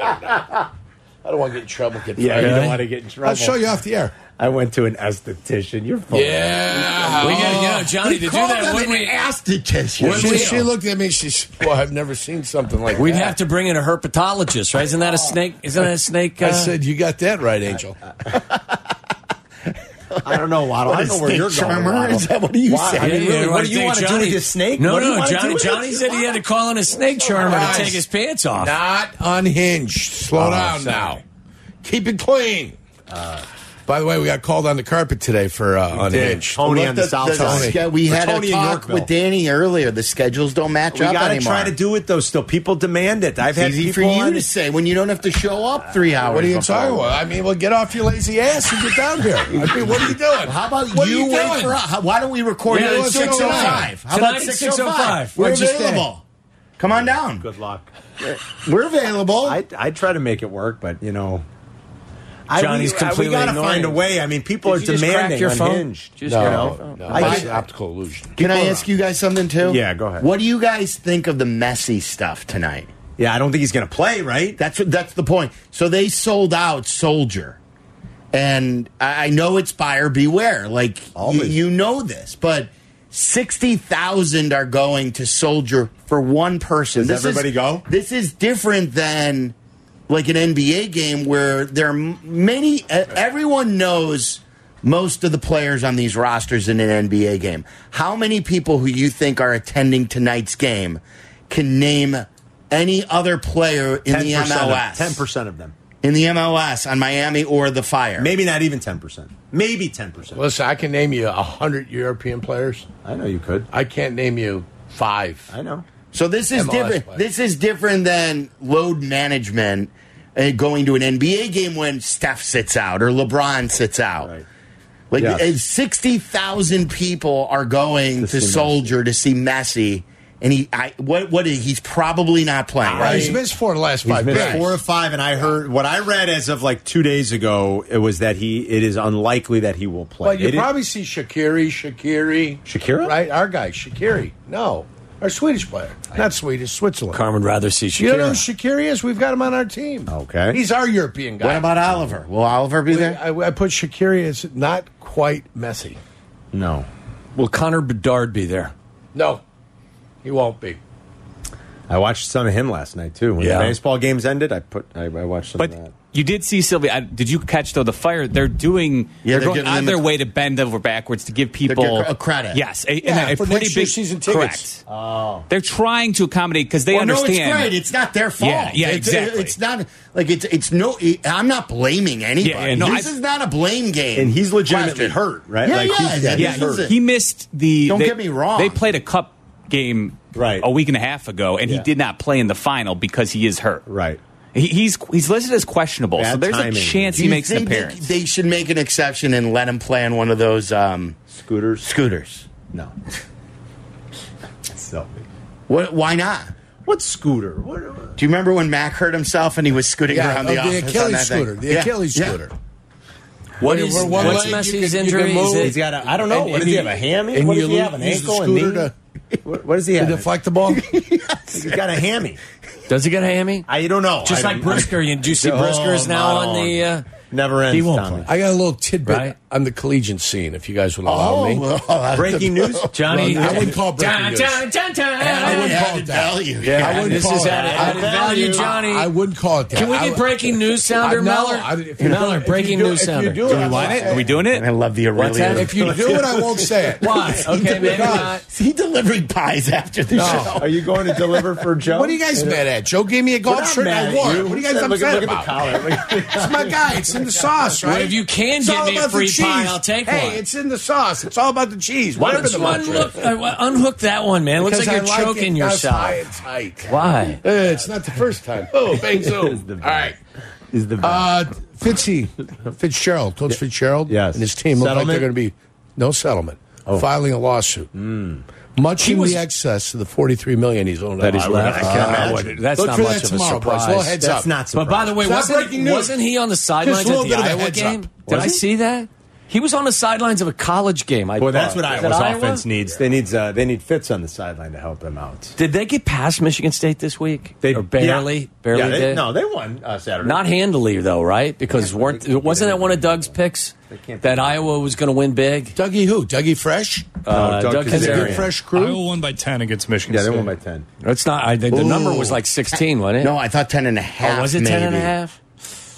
E: I don't want to get in trouble. Get
C: Yeah, you
E: fired.
C: don't want to get in trouble.
E: I'll show you off the air.
C: I went to an esthetician. You're full.
E: Yeah.
A: We gotta
E: Oh.
A: get out, Johnny, to do that, wouldn't we?
D: Astatistian.
E: She,
A: Wouldn't
E: she looked at me. She's well. I've never seen something like
A: We'd
E: that.
A: have to bring in a herpetologist, right? Isn't that a snake? Isn't that a snake?
E: I
A: uh,
E: said you got that right, Angel.
C: I don't know, Waddle. I don't know where you're
D: charmer?
C: going. Waddle.
D: Is that what you
C: Why?
D: said?
C: I mean,
A: Yeah,
C: really,
A: yeah,
C: what
A: right.
C: do you
A: Think
C: want to do
A: Johnny-
C: with this snake?
A: No,
C: What do you
A: no.
C: wanna do
A: Johnny,
C: with it?
A: Johnny said he had to call in a snake charmer
E: Guys,
A: to take his pants off.
E: Not unhinged. Slow
C: Oh,
E: down
C: sorry.
E: now. Keep it clean. By the way, we got called on the carpet today for uh,
C: did.
E: unhinged.
C: Tony on the
D: Look,
C: south side.
D: yeah, we
C: Or
D: had
C: Tony in
D: a talk
C: Yorkville.
D: with Danny earlier. The schedules don't match
C: We
D: up
C: gotta
D: anymore.
C: try to do it though. Still, people demand it. I've
D: it's
C: had
D: easy
C: people
D: for you
C: on-
D: to say when you don't have to show up three hours.
E: What are you
D: before.
E: talking about? I mean, well, get off your lazy ass and get down here. I mean, what are you doing?
D: How about
E: what
D: you,
E: Are you
D: wait
E: doing?
D: for us? How- Why don't we record
E: Yeah,
D: it at
E: let's go
D: 6.05? How about
A: Tonight at
D: 6.05?
A: 6:05?
D: We're
E: oh What'd you say?
D: available. Come on down.
C: Good luck.
D: We're available.
C: I I try to make it work, but you know, I-
A: Johnny's
C: we,
A: completely
C: We gotta
A: annoying.
C: find a way. I mean, people
A: Did
C: are
A: you just crack
C: demanding
A: your phone?
C: unhinged.
A: Just-
E: No,
A: You
E: no,
A: know?
C: I
E: that's
C: get-
E: optical illusion.
D: Can I ask you guys something too?
C: Yeah, go ahead.
D: What do you guys think of the messy stuff tonight?
C: Yeah, I don't think he's gonna play. Right?
D: That's that's the point. So they sold out Soldier, and I I know it's buyer beware. Like y-
C: Always.
D: you know this, but sixty thousand are going to Soldier for one person.
C: Does
D: is-
C: everybody go?
D: This is different than like an NBA game where there are m- many. Uh, everyone knows. Most of the players on these rosters in an NBA game. How many people who you think are attending tonight's game can name any other player in the MLS?
C: Ten percent of them.
D: in the MLS on Miami or the Fire.
C: Maybe not even ten percent. Maybe ten percent.
E: Listen, I can name you a hundred European players.
C: I know you could.
E: I can't name you five.
C: I know.
D: So this is
E: MLS
D: different.
E: player.
D: This is different than load management uh, going to an NBA game when Steph sits out or LeBron sits out.
C: Right.
D: Like
C: Yes.
D: uh, sixty thousand people are going to,
C: see Messi.
D: Soldier to see Messi, and he I, what what is, he's probably not playing.
E: Well,
D: right?
E: He's missed four of the last
C: He's
E: five.
C: missed
E: games.
C: four or five, and I heard what I read as of like two days ago. It was that he. It is unlikely that he will play.
E: Well, you
C: It is-
E: probably see Shakiri, Shakiri,
C: Shakira?
E: right? Our guy, Shakiri. No, our Swedish player, not Swedish, Switzerland.
A: Carmen would rather see
E: you don't know who
A: Shakira.
E: Shakiri is? We've got him on our team.
C: Okay.
E: he's our European guy.
D: What about Oliver? Will Oliver be there?
E: I, I put Shakiri as not quite messy.
C: no.
A: Will Connor Bedard be there?
E: No, he won't be.
C: I watched some of him last night too. When
A: Yeah.
C: the baseball games ended, I put I, I watched some
A: But
C: of that.
F: You did see Sylvia. I, did you catch though the fire? They're doing. they're,
D: Yeah, they're
F: going
D: giving
F: out
D: them
F: of their
D: a-
F: way to bend over backwards to give people
D: a credit.
F: Yes, a,
E: Yeah,
F: and a, a
E: for
F: pretty
E: next
F: big
E: year's season tickets.
F: Correct. Oh, they're trying to accommodate because they
D: Well,
F: understand.
D: No, it's great. It's not their fault.
F: Yeah, yeah,
D: It's-
F: exactly.
D: It's not like it's it's no. It, I'm not blaming anybody.
F: Yeah, yeah, no,
D: this
F: I-
D: is not a blame game.
C: And he's legitimately
D: Question.
C: hurt, right?
D: Yeah,
C: Like,
D: yeah,
C: he's- yeah,
D: yeah,
F: Yeah,
D: he's hurt.
F: he missed the.
D: Don't
F: they-
D: get me wrong.
F: They played a cup game
C: Right.
F: a week and a half ago, and he did not play in the final because he is hurt.
C: Right.
F: He, he's he's listed as questionable, so
C: Bad
F: there's
C: timing.
F: a chance
D: Do
F: he
D: you
F: makes an
D: think they-
F: appearance.
D: They, should make an exception and let him play on one of those um,
C: Scooters.
D: scooters.
C: no. so.
D: What? Why not?
C: What scooter? What,
D: Do you remember when Mac hurt himself and he was scooting
E: Yeah,
D: around
E: of
D: the,
E: the
D: office on that
E: Achilles
D: thing?
E: scooter. The
D: Yeah,
E: Achilles
D: yeah.
E: scooter.
A: What
E: Where
A: is
E: you- where one
A: what's
E: leg you
A: Messi's
E: can- you can
A: injury?
E: move.
A: Is it-
C: He's got a, I don't know.
E: And-
C: what
E: and
C: does he
E: you-
C: have? A hammy?
E: and
C: What
E: you
C: does he have? An
E: lose the
C: ankle? A knee?
E: scooter
C: What, what does he
E: to
C: have?
E: deflect
C: [LAUGHS]
E: the ball.
C: He's got a hammy.
A: Does he get a hammy?
C: I don't know.
A: Just
C: I
A: like
C: don't-
A: Brisker, you, do you see
C: Oh,
A: Brisker is now
C: not
A: on the.
C: on.
A: Uh,
C: Never ends.
A: He won't
C: Tommy.
E: I got a little tidbit
A: Right.
E: on the collegian scene, if you guys would allow
D: Oh,
E: me.
D: well,
A: [LAUGHS]
D: I-
C: Breaking news.
A: Johnny,
E: I wouldn't call breaking news.
A: Dun, dun, dun, dun.
E: I wouldn't
D: added
E: call it that.
D: value.
E: Yeah, I wouldn't
A: This
E: call
A: is
E: it
A: added-
E: that.
A: added
E: I-
A: value, Johnny.
E: I wouldn't call it that.
A: Can we
E: I
A: get
E: would-
A: breaking news
E: I-
A: sounder,
E: no,
A: Miller?
E: I- if you do-
A: Miller,
E: if you
A: breaking
E: do-
A: news
E: if you
A: sounder.
E: do it, I-
F: want it? Are we doing
D: And I
F: it?
D: love the
A: What's
D: Aurelian.
A: that?
D: [LAUGHS]
E: If you do it, I won't say it. [LAUGHS]
A: Why? Okay, maybe not.
D: He delivered pies after the show.
C: Are you going to
A: [LAUGHS]
C: deliver for Joe?
E: What are you guys mad at? Joe gave me a
C: We're
E: golf
C: not
E: shirt and
C: mad
E: I
C: at
E: wore it. What are you guys
C: Look at-
E: upset
C: look at
E: about?
C: the collar.
E: It's my guy. It's in the sauce, right?
A: Well, if you can
E: It's
A: get
E: all
A: me a
E: about the
A: free pie,
E: cheese.
A: I'll take
E: hey,
A: one.
E: Hey, it's in the sauce. It's all about the cheese.
A: Why
E: Whatever
A: don't
E: the
A: you unhook,
E: muncher.
A: uh, unhook that one, man? It looks
E: Because
A: like
E: I
A: you're
E: it
A: choking
E: that's high
A: yourself.
E: and tight.
A: Why?
E: Uh, it's not the
A: [LAUGHS]
E: first time. Oh, bang zoom.
C: the
E: All
C: best.
E: right.
C: Is the
E: Uh, Fitzy, Fitzgerald, Coach Fitzgerald,
C: Yes.
E: and his team look like
C: Settlement?
E: they're going to be no settlement,
A: Oh.
E: filing a lawsuit. Much
A: He
E: in
A: was-
E: the excess of the forty-three million he's owned.
A: Hmm. That he's
E: I
A: left.
E: would-
A: I
E: I
A: can't
E: would-
A: imagine. That's
E: Look
A: not
E: for
A: much
E: that
A: of a
E: tomorrow, boys.
A: surprise.
E: Well, heads
C: That's
E: up.
C: not
A: But by the way,
E: Stop
A: wasn't,
E: breaking news.
A: wasn't he on the sidelines at
E: little
A: the
E: bit of a
A: Iowa
E: heads
A: game?
E: up.
A: Did I
E: Was he?
A: see that? He was on the sidelines of a college game. I
C: Well, that's
A: thought.
C: what
A: Is
C: Iowa's
A: that Iowa?
C: offense needs. They needs uh, they need Fitz on the sideline to help them out.
A: Did they get past Michigan State this week? or barely,
C: yeah.
A: barely
C: Yeah, they-
A: did.
C: No, they won uh, Saturday.
A: Not handily though, right? Because
C: Yeah,
A: weren't
C: they- they
A: wasn't that
C: didn't
A: one of
C: win.
A: Doug's picks
C: They can't
A: that
C: be-
A: Iowa was going to win big?
E: Dougie who? Dougie Fresh?
A: Uh,
C: No, Uh, Doug
A: Oh, Doug
E: Has a
A: Kazarian.
E: good
C: Kazarian.
E: fresh
G: Iowa
E: crew?
G: won by 10 against Michigan
C: Yeah, they
G: State.
C: won by ten.
A: It's not. I, the, the number was like sixteen, wasn't it?
D: No, I thought 10 and a half.
F: Oh,
C: Oh,
A: Or was it
D: maybe.
A: ten and a half?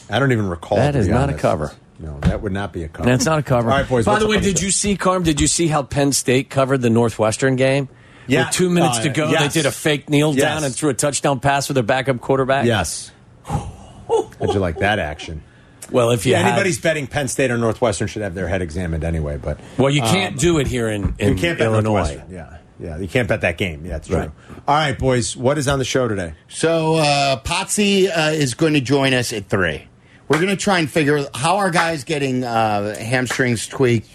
C: I don't even recall.
A: That
C: to
A: is
C: be
A: not a
C: honest.
A: cover.
C: No, that would not be a cover.
A: That's not a cover.
C: All right, boys.
A: By
C: what's
A: the way,
C: up on
A: did
C: show?
A: you see Carm? Did you see how Penn State covered the Northwestern game?
C: Yeah.
A: With two minutes
C: Uh,
A: to go,
C: yes.
A: they did a fake kneel
C: Yes.
A: down and threw a touchdown pass with their backup quarterback.
C: Yes. How'd you like that action?
A: Well, if you
C: Yeah,
A: had-
C: anybody's betting Penn State or Northwestern should have their head examined anyway. But
A: well, you can't do it here in, in
C: Um, you can't bet
A: Illinois.
C: Northwestern. Yeah, yeah, you can't bet that game. Yeah, that's true.
A: Right.
C: All right, boys. What is on the show today?
D: So uh, Potsy uh, is going to join us at three. We're going to try and figure how our guys getting uh, hamstrings tweaked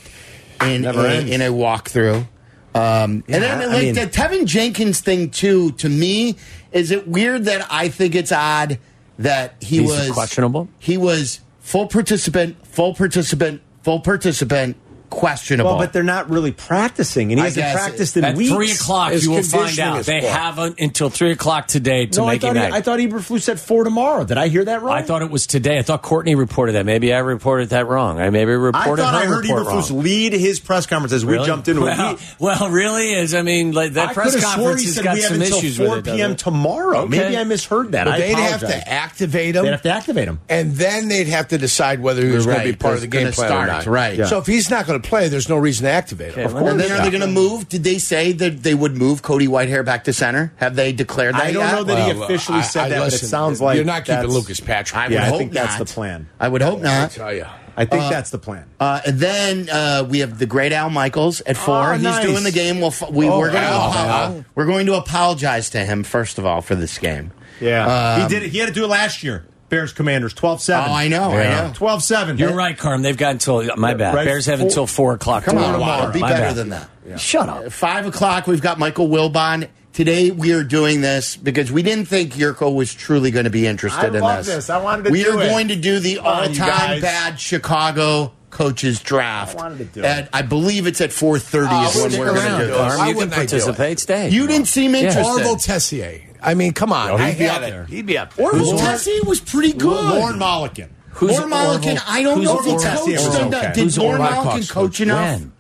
D: in
C: Never
D: in,
C: ends.
D: in a walkthrough. Um, and then
C: I
D: like
C: mean-
D: the Tevin Jenkins thing too. To me, is it weird that I think it's odd that he
A: He's
D: was
A: questionable?
D: He was full participant, full participant, full participant, questionable.
C: Well, but they're not really practicing, and he
D: I
E: guess
C: hasn't
E: it-
C: practiced in
A: At
C: weeks.
A: three o'clock,
E: His
A: you will find
E: conditioning
A: out.
E: is
A: They
E: poor.
A: haven't until three o'clock today to
C: No, I
A: make it
C: thought,
A: night.
C: I thought Eberflus said four tomorrow. Did I hear that wrong?
A: I thought it was today. I thought Courtney reported that. Maybe I reported that wrong. I maybe reported
C: I thought
A: her
C: I heard
A: report
C: Eberflus
A: wrong.
C: lead his press conference as we
A: Really?
C: jumped into it.
A: well,
C: He-
A: well, really is. I mean, like that
C: I
A: press
C: could've swore
A: conference
C: he
A: has
C: said
A: got
C: we have
A: some
C: until
A: issues
C: 4
A: with it.
C: p.m.
A: doesn't it?
C: tomorrow.
A: Okay.
C: Maybe I misheard that.
E: But
C: I
E: they'd have
C: apologize.
E: to activate him.
C: They'd have to activate him.
E: And then they'd have to decide whether he was
D: Right,
E: going to be part of the
D: that's gonna
E: game plan or
D: start,
E: not.
D: right. Yeah.
E: So if he's not going to play, there's no reason to activate him.
A: Okay,
E: Of
A: well,
E: course.
D: And then are
C: Yeah.
D: they going to move? Did they say that they would move Cody Whitehair back to center? Have they declared that?
C: I don't
D: yet?
C: know that he officially
E: I-
C: said
E: I-
C: that, but it
E: listen,
C: sounds like
E: you're not keeping
C: that's-
E: Lucas Patrick.
D: I would
C: Yeah, I
D: hope
C: think that's
D: not.
C: the plan.
D: I would hope
E: I
D: not.
E: tell you.
C: I think that's the plan.
D: Uh, and then uh, we have the great Al Michaels at four.
C: Oh,
D: He's
C: nice.
D: doing the game. We'll f- we,
E: Oh,
D: we're, going to
E: Al,
D: apo-
E: Al.
D: we're going to apologize to him first of all for this game. Um,
C: Yeah.
A: Um,
C: he did it. He had to do it last year. Bears Commanders 12-7.
D: Oh, I know, I know.
C: 12-7.
A: You're right, Carm. They've got until my bad.
C: Right,
A: Bears have
C: four-
A: until four o'clock
D: Come
A: tomorrow.
D: on,
A: Wow,
D: Wild, be
A: my
D: better
A: bad.
D: than that.
A: Shut up.
D: Five o'clock, we've got Michael Wilbon. Today we are doing this because we didn't think Yurko was truly going to be interested
C: I
D: in
C: love
D: this.
C: this. I wanted to
D: We
C: do
D: are
C: it.
D: going to do the
C: Come on, you
D: all-time
C: guys.
D: bad Chicago coaches draft.
C: I wanted to do
D: At-
C: it. Oh,
D: I believe it's at four thirty is when
E: stick
D: we're going
E: around,
D: to do
E: Carm.
D: it.
E: Why
A: Carm, you can
E: wouldn't I do it?
A: participate. Stay.
D: You didn't seem interested.
E: Orville Tessier. I mean, come on.
C: No, he'd
E: I
C: be
E: had
C: out
E: it.
C: there.
E: Oh, He'd be up there.
D: Orville Tessier was pretty good.
C: Lauren Mollican.
A: Who's
D: Lauren Malkin,
A: Orville-
D: I don't
A: who's
D: know if he
A: Orville
D: coached
C: Tessier?
D: enough.
C: Okay.
D: Did
A: Who's
D: Lauren
A: Orville
D: Malkin
E: Cox?
D: coach enough?
A: When?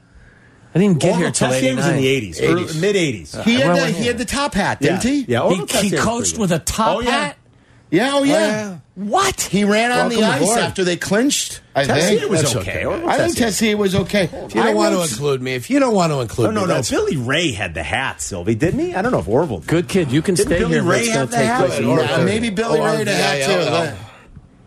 A: I didn't get here
C: Orville
A: till
C: Tessier was in
A: 89.
C: the 80s, early- mid-80s.
D: He had,
A: Well,
D: the,
A: well,
D: he had the top hat,
C: yeah.
D: didn't he?
C: Yeah, Orville
A: He, he
C: Tessier was
A: coached
C: pretty
A: with a
C: good.
A: top
C: Oh, yeah.
A: hat.
D: Yeah, oh yeah.
E: yeah.
D: What? He ran on
E: Welcome
D: the ice
E: aboard.
D: after they clinched. I
E: Tessier
D: think
E: was
D: That's
E: okay.
D: I think Tessier was okay.
E: If you don't
D: I
E: want to
D: wrote-
E: include me, if you don't want to include
C: No, no,
E: me,
C: no.
E: that's
C: Billy Ray had the hat, Sylvie, didn't he? I don't know if Orville. Did.
A: Good kid. You can
C: Didn't
A: stay
C: Billy
A: here. but
C: Ray
A: it's gonna
C: have the
A: take
C: hat?
A: us a
E: good.
A: little
E: Or-
D: Yeah,
A: bit.
D: maybe Billy
E: or
D: Ray had
E: VIL.
D: too. but-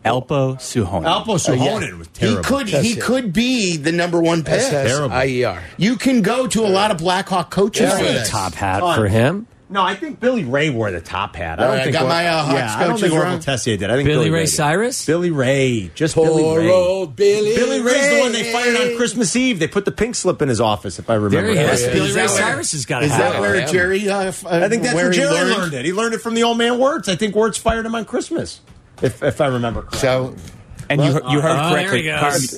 F: Alpo Suhonen.
C: Alpo
E: Uh,
C: Suhonen
D: Yeah.
C: was terrible.
D: He could he
E: it.
D: could be the number one pick.
C: terrible.
E: S-S-I-E-R.
D: You can go to a lot of Blackhawk coaches
E: Yeah.
D: for
E: Yeah.
D: this.
A: Top hat for him.
C: No, I think Billy Ray wore the top hat. I
D: All
C: don't
D: right,
C: think
D: got my, uh, Hawks
C: yeah, I don't
D: coaches
C: think Orville
D: wrong.
C: Tessier did. I think
A: Billy
C: Billy,
A: Ray
C: did.
A: Cyrus?
C: Billy Ray, just Billy
E: Poor
C: Ray.
E: old Billy.
C: Billy Ray's the one they fired on Christmas Eve. They put the pink slip in his office, if I remember.
A: There he
C: correctly.
A: is.
E: yeah.
A: Billy
E: Is
A: Ray
E: that where-
A: Cyrus has got a
D: Is
A: hat.
D: that where
E: Yeah.
D: Jerry? Uh, f- uh,
C: I think that's where,
D: he
C: Jerry learned. it. He learned it from the old man Wirtz. I think Wirtz fired him on Christmas, if if I remember correctly.
D: So
F: And you, he- you heard
A: Oh, there
F: correctly.
A: he goes.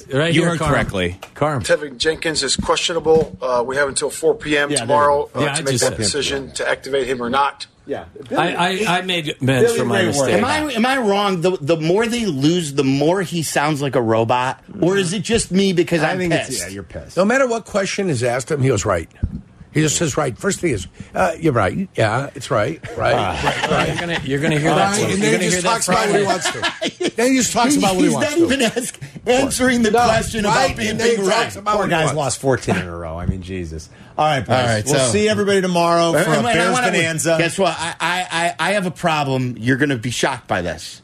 F: Carm.
A: Right
F: you
A: here,
F: heard
A: Carm.
F: correctly.
A: Carm.
G: Tevin Jenkins is questionable. Uh, we have until 4 p.m.
C: Yeah, there
G: tomorrow
C: you
A: go. Yeah,
G: uh,
A: I
G: to make
A: just
G: that
A: said-
G: decision to activate him or not.
C: yeah,
A: I, I, I made amends
C: Billy
A: for my
C: Ray wore
A: mistake.
C: the
D: am I am I wrong? The the more they lose, the more he sounds like a robot, or is it just me because
C: I
D: I'm
C: think
D: pissed?
C: it's yeah, you're pissed.
E: No matter what question is asked him, he was right. He just says right. First thing is, uh, you're right. Yeah, it's right. Right. right, right.
A: You're gonna, you're gonna hear that.
E: Right,
A: from-
E: and
A: you're
E: then
A: gonna
E: he
A: hear
E: just
A: that
E: talks about
A: from-
E: what he wants
A: [LAUGHS]
E: to. then he just talks about what he
D: He's
E: wants
D: not
E: to.
D: even ask, answering the
E: No,
D: question
E: right,
D: about being
E: and then he
D: big right.
E: talks about
C: Poor
E: what he
C: guys
E: wants.
C: lost 14 in a row. I mean, Jesus. All right, boys.
D: All right,
C: we'll
D: so-
C: see everybody tomorrow for a
D: Wait, wait, I
C: Bears
D: wanna-
C: Bonanza.
D: Guess what? I, I, I I have a problem. You're going to be shocked by this.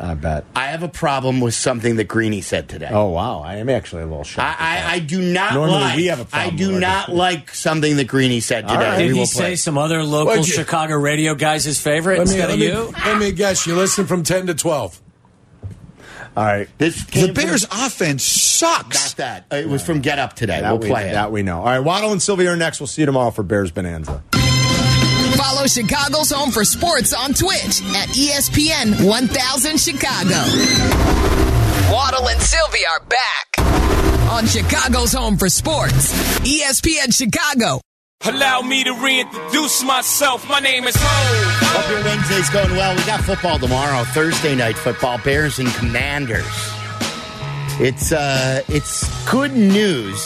C: I bet.
D: I have a problem with something that Greeny said today.
C: Oh, wow. I am actually a little shocked.
D: I, I, I do not
C: Normally
D: like.
C: we have a problem
D: I do
C: with
D: not
C: it.
D: like something that Greeny said today.
C: right.
D: We
A: Did he
D: will
A: say
D: play.
A: some other local
E: What'd you-
A: Chicago radio guy's his favorite instead of
E: let, me,
A: you?
E: let me guess. You listen from ten to twelve.
C: All right.
D: This came
H: The Bears' offense
D: From,
H: sucks.
D: not that. It was from Get Up today.
C: That
D: we'll
C: we,
D: play it.
C: that we know. All right, Waddle and Sylvia are next. We'll see you tomorrow for Bears Bonanza.
B: Follow Chicago's Home for Sports on Twitch at E ESPN 1000 Chicago. Waddle and Sylvie are back on Chicago's Home for Sports, E ESPN Chicago.
I: Allow me to reintroduce myself. My name is Ho.
D: Hope your Wednesday's going well. We got football tomorrow. Thursday night football. Bears and Commanders. It's uh, it's good news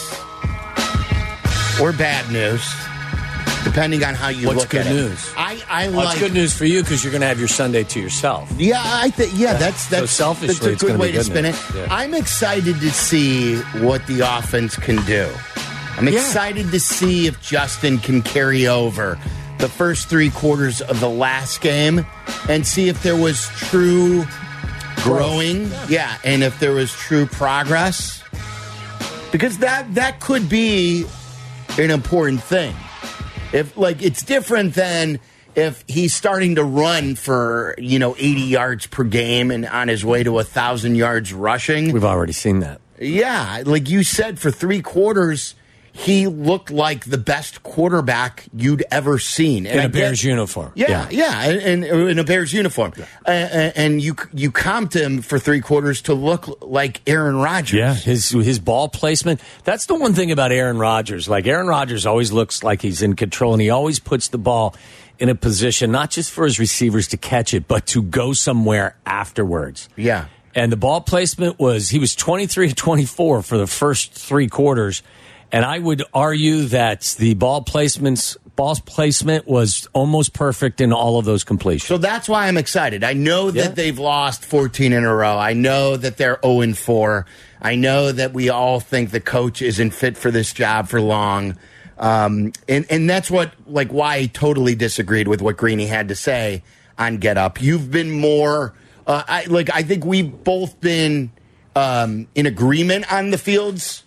D: or bad news, depending on how you
A: What's
D: look
A: good
D: at it.
A: news?
D: I I
A: Well,
D: like
A: it's good news for you because you're going to have your Sunday to yourself.
D: Yeah, I think yeah, that's that's
A: selfishly,
D: that's a
A: it's
D: good
A: gonna be
D: way to
A: good
D: spin
A: news.
D: it.
A: Yeah.
D: I'm excited to see what the offense can do. I'm excited to see if Justin can carry over the first three quarters of the last game and see if there was true growing. Yeah. and if there was true progress. Because that that could be an important thing. If like it's different than if he's starting to run for you know 80 yards per game and on his way to a thousand yards rushing.
A: We've already seen that.
D: Yeah, like you said, for three quarters, he looked like the best quarterback you'd ever seen And
A: In
D: I
A: a Bears
D: get-
A: uniform.
D: Yeah, yeah, and, and in a Bears uniform, Uh, uh, and you you comped him for three quarters to look like Aaron Rodgers.
A: Yeah, his his ball placement. That's the one thing about Aaron Rodgers. Like Aaron Rodgers always looks like he's in control, and he always puts the ball in a position not just for his receivers to catch it, but to go somewhere afterwards.
D: Yeah.
A: And the ball placement was he was 23 to 24 for the first 3 quarters, and I would argue that the ball placements ball placement was almost perfect in all of those completions.
D: So that's why I'm excited. I know that
A: Yeah.
D: they've lost 14 in a row. I know that they're 0 and 4. I know that we all think the coach isn't fit for this job for long. Um, and, and that's what, like, why I totally disagreed with what Greeny had to say on Get Up. You've been more, uh, I, like, I think we've both been um, in agreement on the Fields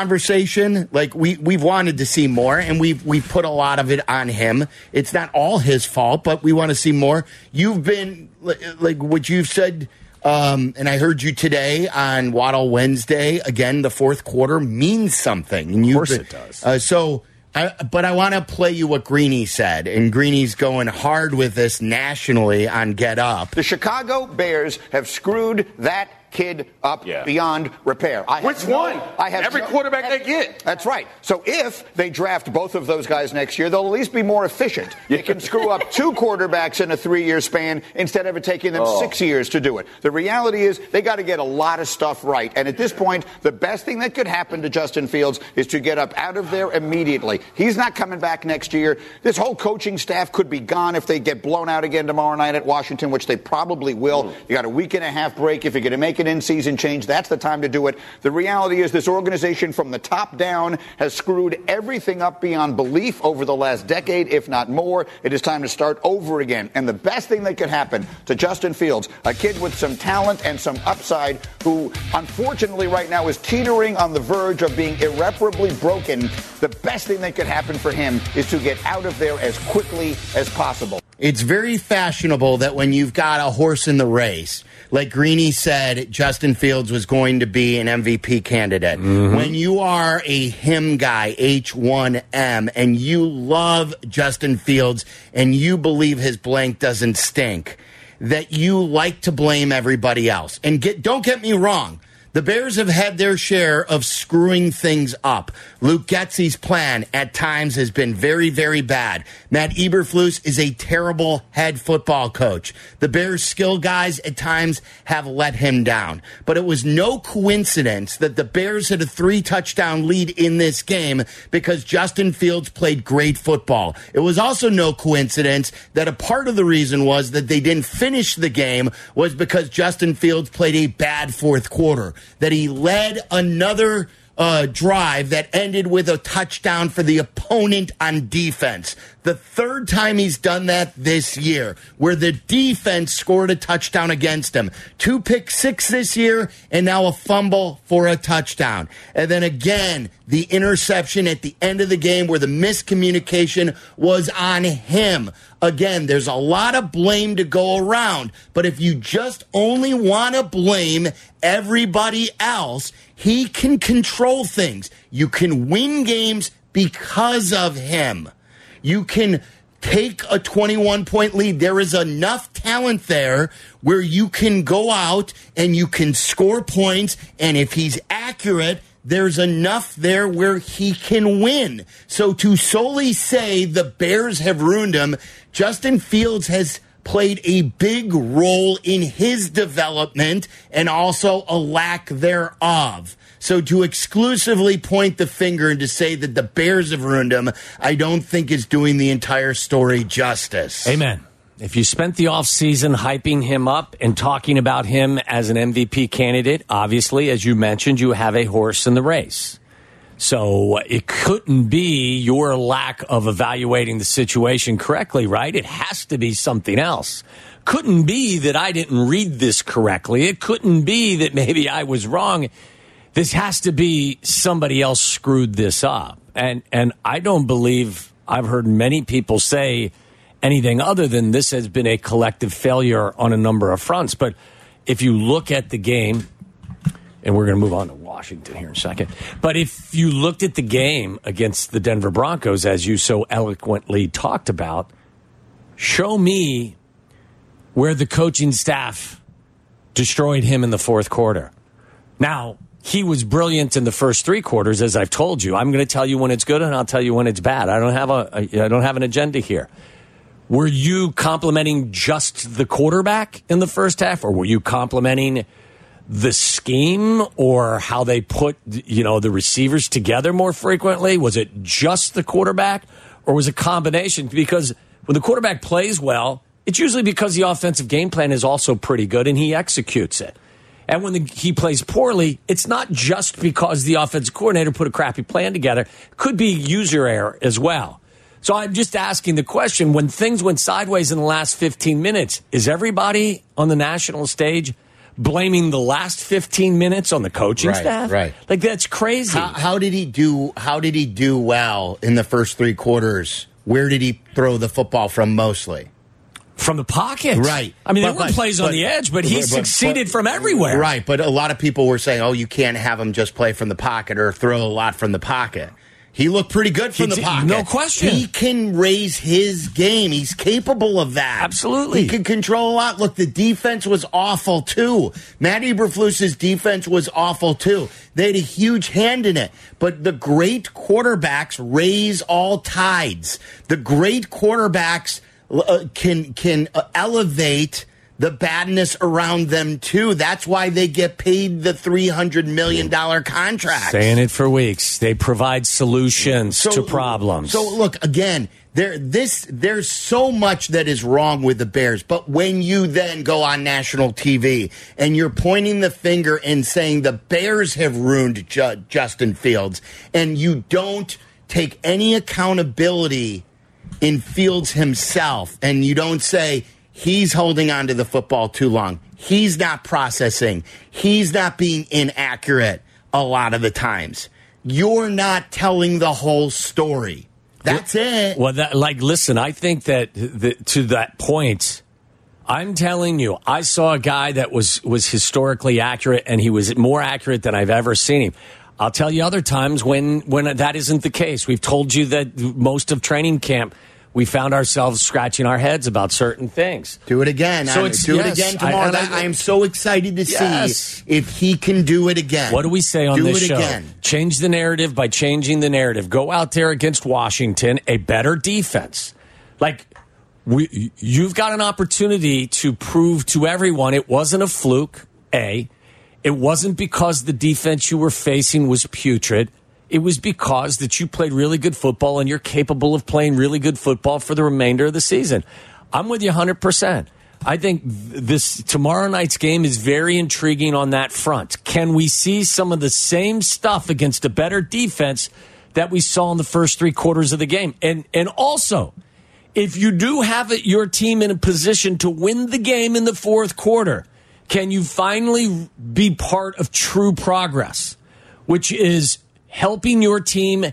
D: conversation. Like we we've wanted to see more, and we've we put a lot of it on him. It's not all his fault, but we want to see more. You've been li- like what you've said. Um, and I heard you today on Waddle Wednesday. Again, the fourth quarter means something. And you, of
C: course it does.
D: Uh, so, I, but I want to play you what Greeny said, and Greeny's going hard with this nationally on Get Up.
J: The Chicago Bears have screwed that
H: kid up
J: Yeah.
H: beyond repair. I have
J: Which
H: no-
J: one?
H: I have
J: Every
H: no-
J: quarterback they get.
H: That's right. So if they draft both of those guys next year, they'll at least be
J: [LAUGHS]
H: more efficient. They can screw up two quarterbacks in a three-year span instead of it taking them
J: Oh.
H: six years to do it. The reality is they got to get a lot of stuff right. And at this point, the best thing that could happen to Justin Fields is to get up out of there immediately. He's not coming back next year. This whole coaching staff could be gone if they get blown out again tomorrow night at Washington, which they probably will. You got a week and a half break. If you're going to make an in-season change, that's the time to do it. The reality is this organization from the top down has screwed everything up beyond belief over the last decade, if not more. It is time to start over again. And the best thing that could happen to Justin Fields, a kid with some talent and some upside, who unfortunately right now is teetering on the verge of being irreparably broken, the best thing that could happen for him is to get out of there as quickly as possible.
D: It's very fashionable that when you've got a horse in the race, like Greeny said, Justin Fields was going to be an MVP candidate. When you are a him guy, H1M, and you love Justin Fields and you believe his blank doesn't stink, that you like to blame everybody else. And get don't get me wrong. The Bears have had their share of screwing things up. Luke Getzey's plan at times has been very, very bad. Matt Eberflus is a terrible head football coach. The Bears' skill guys at times have let him down. But it was no coincidence that the Bears had a three touchdown lead in this game because Justin Fields played great football. It was also no coincidence that a part of the reason was that they didn't finish the game was because Justin Fields played a bad fourth quarter, that he led another uh, drive that ended with a touchdown for the opponent on defense. The third time he's done that this year, where the defense scored a touchdown against him. Two pick six this year, and now a fumble for a touchdown. And then again, the interception at the end of the game where the miscommunication was on him. Again, there's a lot of blame to go around, but if you just only want to blame everybody else, he can control things. You can win games because of him. You can take a 21 point lead. There is enough talent there where you can go out and you can score points. And if he's accurate, there's enough there where he can win. So to solely say the Bears have ruined him, Justin Fields has played a big role in his development and also a lack thereof. So to exclusively point the finger and to say that the Bears have ruined him, I don't think is doing the entire story justice.
A: Amen. If you spent the offseason hyping him up and talking about him as an MVP candidate, obviously, as you mentioned, you have a horse in the race. So it couldn't be your lack of evaluating the situation correctly, right? It has to be something else. Couldn't be that I didn't read this correctly. It couldn't be that maybe I was wrong. This has to be somebody else screwed this up. And and I don't believe I've heard many people say anything other than this has been a collective failure on a number of fronts. But if you look at the game, and we're going to move on to Washington here in a second. But if you looked at the game against the Denver Broncos, as you so eloquently talked about, show me where the coaching staff destroyed him in the fourth quarter. Now, he was brilliant in the first three quarters, as I've told you. I'm going to tell you when it's good, and I'll tell you when it's bad. I don't have a, a I don't have an agenda here. Were you complimenting just the quarterback in the first half, or were you complimenting? the scheme or how they put you know the receivers together more frequently? Was it just the quarterback or was it a combination? Because when the quarterback plays well, it's usually because the offensive game plan is also pretty good and he executes it. And when the, he plays poorly, it's not just because the offensive coordinator put a crappy plan together. Could be user error as well. So I'm just asking the question when things went sideways in the last 15 minutes, is everybody on the national stage blaming the last 15 minutes on the coaching
D: Right,
A: staff?
D: right.
A: Like that's crazy.
D: How, how did he do? How did he do well in the first three quarters? Where did he throw the football from mostly?
A: from the pocket.
D: Right.
A: I mean,
D: But-
A: there were
D: but-
A: plays on
D: but-
A: the edge, but he
D: but- but-
A: succeeded
D: but-
A: from everywhere.
D: Right, but a lot of people were saying, "Oh, you can't have him just play from the pocket or throw a lot from the pocket." He looked pretty good from
A: He
D: the
A: did,
D: pocket.
A: no question.
D: He can raise his game. He's capable of that.
A: Absolutely.
D: He can control a lot. Look, the defense was awful too. Matt Eberflus's defense was awful too. They had a huge hand in it. But the great quarterbacks raise all tides. The great quarterbacks uh, can can uh, elevate the badness around them too. That's why they get paid the three hundred million dollar contract.
A: Saying it for weeks. They provide solutions to problems.
D: So look again. There, this, there's so much that is wrong with the Bears. But when you then go on national TV and you're pointing the finger and saying the Bears have ruined Ju- Justin Fields, and you don't take any accountability in Fields himself, and you don't say he's holding on to the football too long, he's not processing, he's not being inaccurate a lot of the times. You're not telling the whole story. That's it.
A: Well, that, like, listen, I think that the, to that point, I'm telling you, I saw a guy that was was historically accurate, and he was more accurate than I've ever seen him. I'll tell you other times when when that isn't the case. We've told you that most of training camp, we found ourselves scratching our heads about certain things.
D: Do it again.
A: So
D: I-
A: it's-
D: do
A: yes,
D: it again
A: I-
D: tomorrow.
A: and I-
D: I, am so excited to
A: Yes.
D: see if he can do it again.
A: What do we say on
D: do
A: this
D: it
A: show?
D: Again.
A: Change the narrative by changing the narrative. Go out there against Washington, a better defense. Like we, you've got an opportunity to prove to everyone it wasn't a fluke. A, it wasn't because the defense you were facing was putrid. It was because that you played really good football and you're capable of playing really good football for the remainder of the season. I'm with you 100%. I think th- this tomorrow night's game is very intriguing on that front. Can we see some of the same stuff against a better defense that we saw in the first 3 quarters of the game? And and also, if you do have it, your team in a position to win the game in the fourth quarter, can you finally be part of true progress, which is helping your team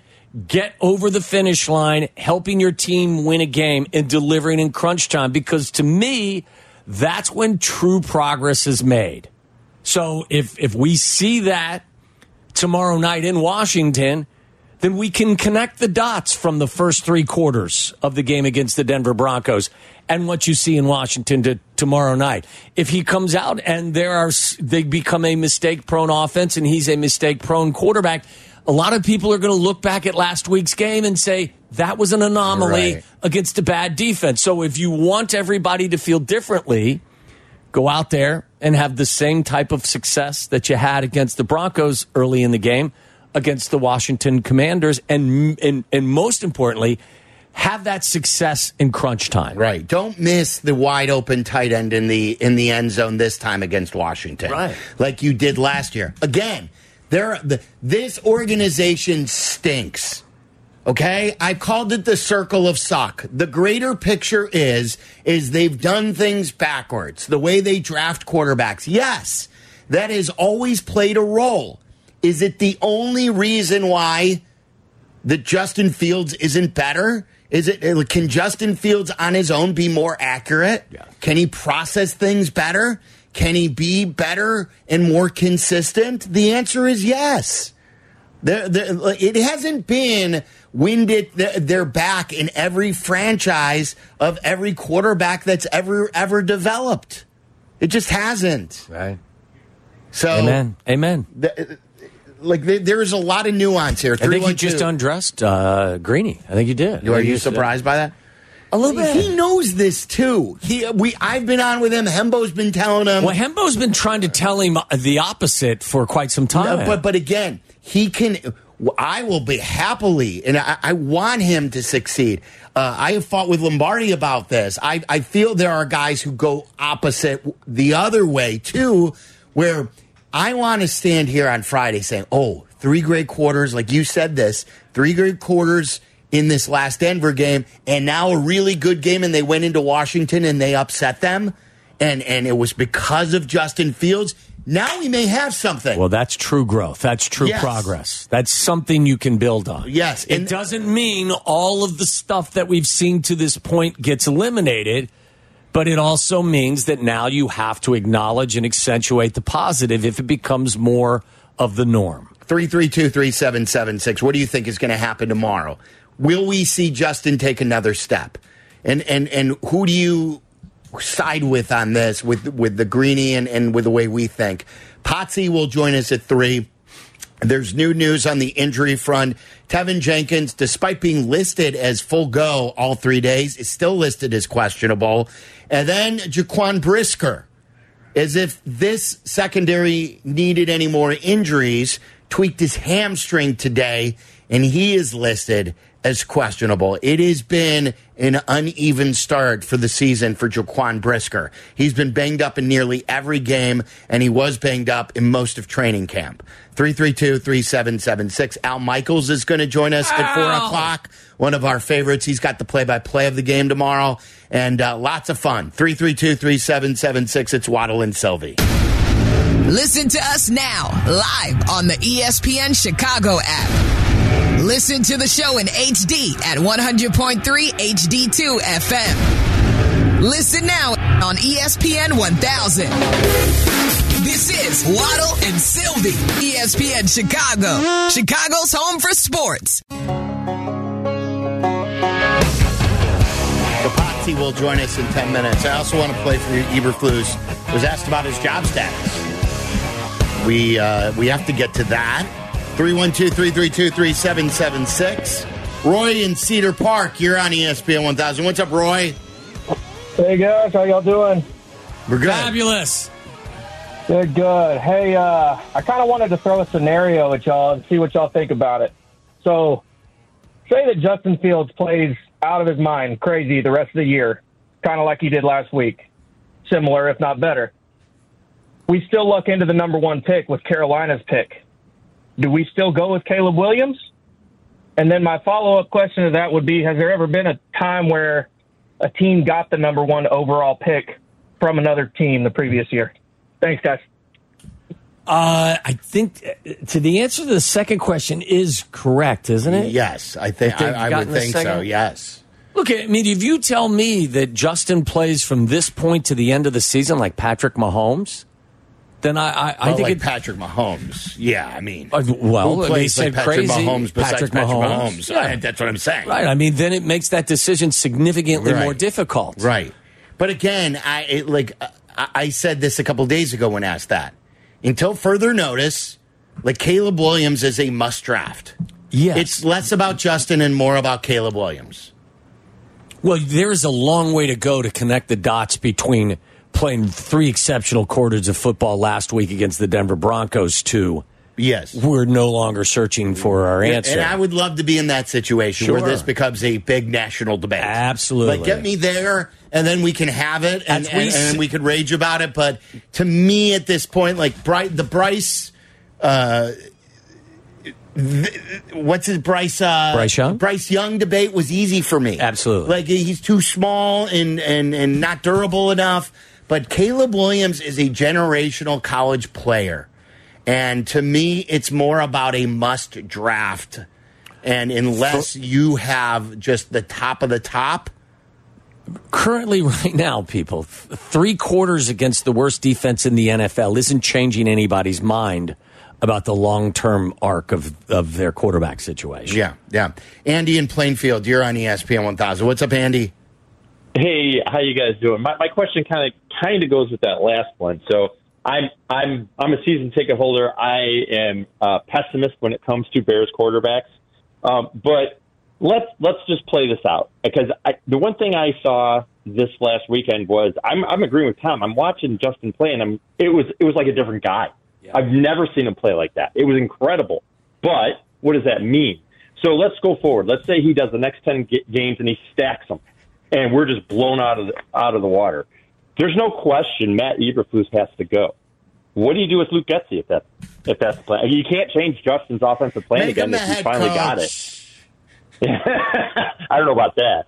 A: get over the finish line, helping your team win a game, and delivering in crunch time? Because to me, that's when true progress is made. So if if we see that tomorrow night in Washington, then we can connect the dots from the first three quarters of the game against the Denver Broncos and what you see in Washington to tomorrow night. If he comes out and there are s- they become a mistake prone offense and he's a mistake prone quarterback, a lot of people are going to look back at last week's game and say that was an anomaly
D: Right.
A: against a bad defense. So if you want everybody to feel differently, go out there and have the same type of success that you had against the Broncos early in the game against the Washington Commanders and and, and most importantly have that success in crunch time.
D: Right. Don't miss the wide open tight end in the in the end zone this time against Washington.
A: Right.
D: Like you did last year. Again, there the, this organization stinks. Okay? I called it the circle of suck. The greater picture is is they've done things backwards. The way they draft quarterbacks. Yes. That has always played a role. Is it the only reason why that Justin Fields isn't better? Is it uh, can Justin Fields on his own be more accurate? Can he process things better? Can he be better and more consistent? The answer is yes. There, there, it hasn't been wind it their, their back in every franchise of every quarterback that's ever ever developed. It just hasn't.
E: Right.
D: So, uh,
A: Amen. Amen.
D: like, there, there is a lot of nuance here.
A: I think you just
D: 312.
A: undressed uh, Greeny. I think you did.
D: Are you surprised by that?
A: A little bit.
D: He knows this too. He we I've been on with him. Hembo's been telling him.
A: Well, Hembo's been trying to tell him the opposite for quite some time.
D: Uh, but but again, he can. I will be happily, and I, I want him to succeed. Uh, I have fought with Lombardi about this. I, I feel there are guys who go opposite the other way too, where I want to stand here on Friday saying, "Oh, three great quarters," like you said this, three great quarters in this last Denver game, and now a really good game, and they went into Washington and they upset them, and and it was because of Justin Fields. Now we may have something.
A: Well, that's true growth. That's true
D: Yes.
A: progress. That's something you can build on.
D: Yes,
A: It
D: and-
A: doesn't mean all of the stuff that we've seen to this point gets eliminated, but it also means that now you have to acknowledge and accentuate the positive if it becomes more of the norm.
D: 332 3776. What do you think is going to happen tomorrow? Will we see Justin take another step? And and and who do you side with on this with with the greenie and, and with the way we think? Potsy will join us at three. There's new news on the injury front. Tevin Jenkins, despite being listed as full go all three days, is still listed as questionable. And then Jaquan Brisker, as if this secondary needed any more injuries, tweaked his hamstring today, and he is listed as questionable. It has been an uneven start for the season for Jaquan Brisker. He's been banged up in nearly every game, and he was banged up in most of training camp. 332 3776. Al Michaels is going to join us at 4 o'clock, one of our favorites. He's got the play by play of the game tomorrow, and uh, lots of fun. 332 3776. It's Waddle and Sylvie.
B: Listen to us now, live on the E ESPN Chicago app. Listen to the show in HD at 100.3 HD2 FM. Listen now on E ESPN 1000. This is Waddle and Sylvie, E ESPN Chicago, Chicago's home for sports.
D: Patsy will join us in 10 minutes. I also want to play for you. Eberflus was asked about his job status. We uh, we have to get to that. 312-332-3776. Roy in Cedar Park, you're on E ESPN 1000. What's up, Roy?
J: Hey guys, how y'all doing?
D: We're good.
A: Fabulous.
J: Good, good. Hey, uh, I kind of wanted to throw a scenario at y'all and see what y'all think about it. So, say that Justin Fields plays out of his mind, crazy the rest of the year, kind of like he did last week, similar if not better. We still luck into the number one pick with Carolina's pick. Do we still go with Caleb Williams? And then my follow up question to that would be: Has there ever been a time where a team got the number one overall pick from another team the previous year? Thanks, guys.
A: Uh, I think uh, to the answer to the second question is correct, isn't it?
D: Yes, I think
A: they've
D: I, I
A: gotten
D: would
A: the
D: think so.
A: second?
D: Yes.
A: Look, I mean, if you tell me that Justin plays from this point to the end of the season like Patrick Mahomes, then I, I, I
D: Well,
A: think
D: like
A: it.
D: Patrick Mahomes. Yeah, I mean,
A: Uh, well,
D: who
A: they
D: plays
A: said
D: like Patrick
A: crazy.
D: Mahomes besides
A: Patrick
D: Patrick,
A: Mahomes.
D: Mahomes?
A: Yeah.
D: I- that's what I'm saying.
A: Right. I mean, then it makes that decision significantly
D: Right.
A: more difficult.
D: Right. But again, I it, like uh, I I said this a couple days ago when asked that. Until further notice, like Caleb Williams is a must draft.
A: Yes.
D: It's less about Justin and more about Caleb Williams.
A: Well, there is a long way to go to connect the dots between playing three exceptional quarters of football last week against the Denver Broncos to
D: Yes.
A: we're no longer searching for our answer.
D: And I would love to be in that situation where
A: Sure.
D: this becomes a big national debate.
A: Absolutely.
D: Like, get me there, and then we can have it, and,
A: As we
D: and,
A: s-
D: and we could rage about it. But to me, at this point, like, Bry- the Bryce. Uh, th- what's his Bryce? Uh,
A: Bryce Young?
D: Bryce Young debate was easy for me.
A: Absolutely.
D: Like he's too small and and and not durable enough. But Caleb Williams is a generational college player, and to me, it's more about a must draft. And unless you have just the top of the top,
A: Currently, [LAUGHS] right now, people, th- three quarters against the worst defense in the NFL isn't changing anybody's mind about the long term arc of, of their quarterback situation.
D: yeah, yeah. Andy in Plainfield, you're on E ESPN 1000. What's up, Andy?
J: Hey, how you guys doing? My, my question kind of kind of goes with that last one. So I'm I'm I'm a season ticket holder. I am a pessimist when it comes to Bears quarterbacks. Um, but let's let's just play this out because I, the one thing I saw this last weekend was I'm I'm agreeing with Tom. I'm watching Justin play, and I'm it was it was like a different guy. I've never seen him play like that. It was incredible. But what does that mean? So let's go forward. Let's say he does the next ten ga- games and he stacks them, and we're just blown out of the, out of the water. There's no question Matt Eberflus has to go. What do you do with Luke Getzey if that's if that's the plan? You can't change Justin's offensive plan
D: Make him
J: again
D: the
J: if
D: head
J: you finally got it.
D: coach.
J: I don't know about that.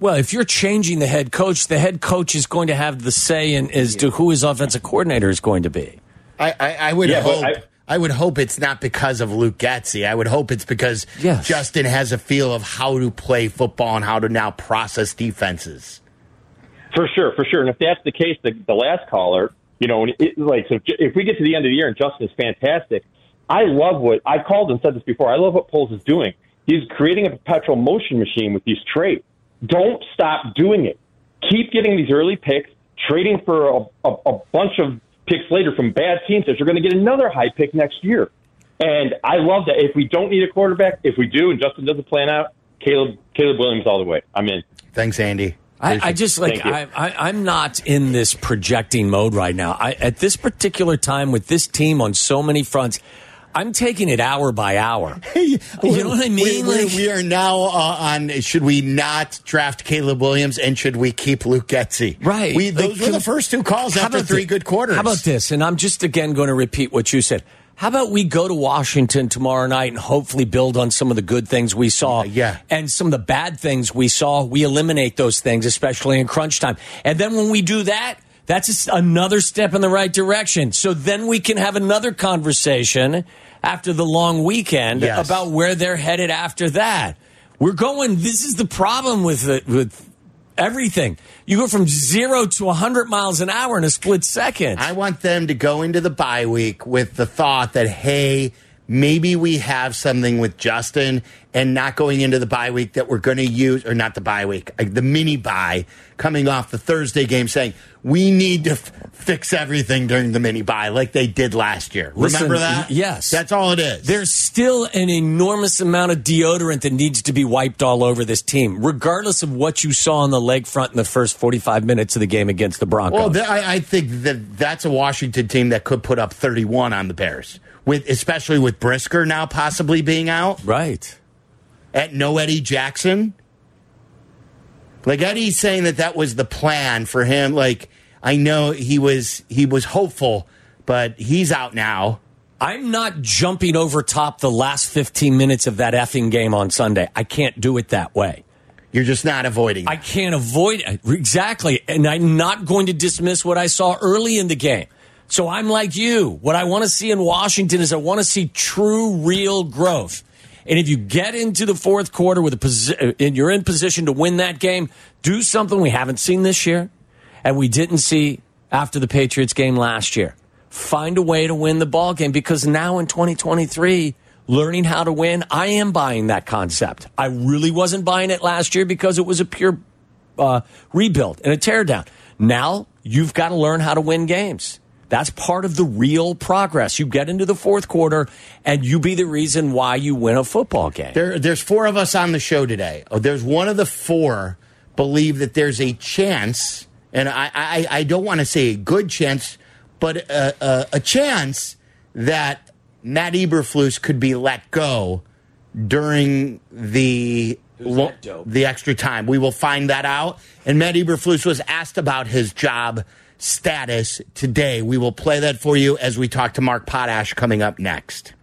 A: Well, if you're changing the head coach, the head coach is going to have the say in as to who his offensive coordinator is going to be.
D: I, I, I would
J: Yeah, but
D: hope.
J: I-
D: I, would hope it's not because of Luke Getzey. I would hope it's because
A: Yes.
D: Justin has a feel of how to play football and how to now process defenses.
J: For sure, for sure. And if that's the case, the, the last caller, you know, and it, like, so if if we get to the end of the year and Justin's fantastic, I love what I called and said this before. I love what Poles is doing. He's creating a perpetual motion machine with these trades. Don't stop doing it. Keep getting these early picks, trading for a, a, a bunch of picks later from bad teams that you're going to get another high pick next year. And I love that. If we don't need a quarterback, if we do, and Justin doesn't plan out, Caleb Caleb Williams all the way. I'm in.
D: Thanks, Andy.
A: I, I just like
J: Thank you.
A: I, I, I'm not in this projecting mode right now. I, at this particular time with this team on so many fronts, I'm taking it hour by hour. you know what I
D: We,
A: mean?
D: we,
A: Like-
D: we are now uh, on. Should we not draft Caleb Williams and should we keep Luke Getzey?
A: Right.
D: We, those
A: Like,
D: were
A: can-
D: the first two calls
A: How
D: after
A: about
D: three
A: thi-
D: good quarters.
A: How about this? And I'm just again going to repeat what you said. How about we go to Washington tomorrow night and hopefully build on some of the good things we saw
D: Uh, yeah.
A: and some of the bad things we saw? We eliminate those things, especially in crunch time. And then when we do that, that's just another step in the right direction. So then we can have another conversation after the long weekend
D: Yes.
A: about where they're headed after that. We're going, this is the problem with, it, with everything. You go from zero to 100 miles an hour in a split second.
D: I want them to go into the bye week with the thought that, hey, maybe we have something with Justin and not going into the bye week that we're going to use, or not the bye week, like the mini bye coming off the Thursday game saying, we need to f- fix everything during the mini bye like they did last year.
A: Listen,
D: Remember that?
A: y- yes.
D: That's all it is.
A: There's still an enormous amount of deodorant that needs to be wiped all over this team, regardless of what you saw on the leg front in the first 45 minutes of the game against the Broncos.
D: Well, th- I, I think that that's a Washington team that could put up 31 on the Bears, with especially with Brisker now possibly being out
A: right.
D: at no Eddie Jackson. Like Eddie's saying that that was the plan for him. Like I know he was he was hopeful, but he's out now.
A: I'm not jumping over top the last 15 minutes of that effing game on Sunday. I can't do it that way.
D: You're just not avoiding.
A: I can't avoid exactly, and I'm not going to dismiss what I saw early in the game. So I'm like you. What I want to see in Washington is I want to see true, real growth. And if you get into the fourth quarter with a posi- uh, and you're in position to win that game, do something we haven't seen this year, and we didn't see after the Patriots game last year. Find a way to win the ball game because now in 2023, learning how to win, I am buying that concept. I really wasn't buying it last year because it was a pure uh, rebuild and a teardown. Now you've got to learn how to win games. That's part of the real progress. You get into the fourth quarter and you be the reason why you win a football game.
D: There, there's four of us on the show today. Oh, There's one of the four believe that there's a chance, and I, I, I don't want to say a good chance, but a, a, a chance that Matt Eberflus could be let go during the lo- the extra time. We will find that out. And Matt Eberflus was asked about his job status today. We will play that for you as we talk to Mark Potash coming up next.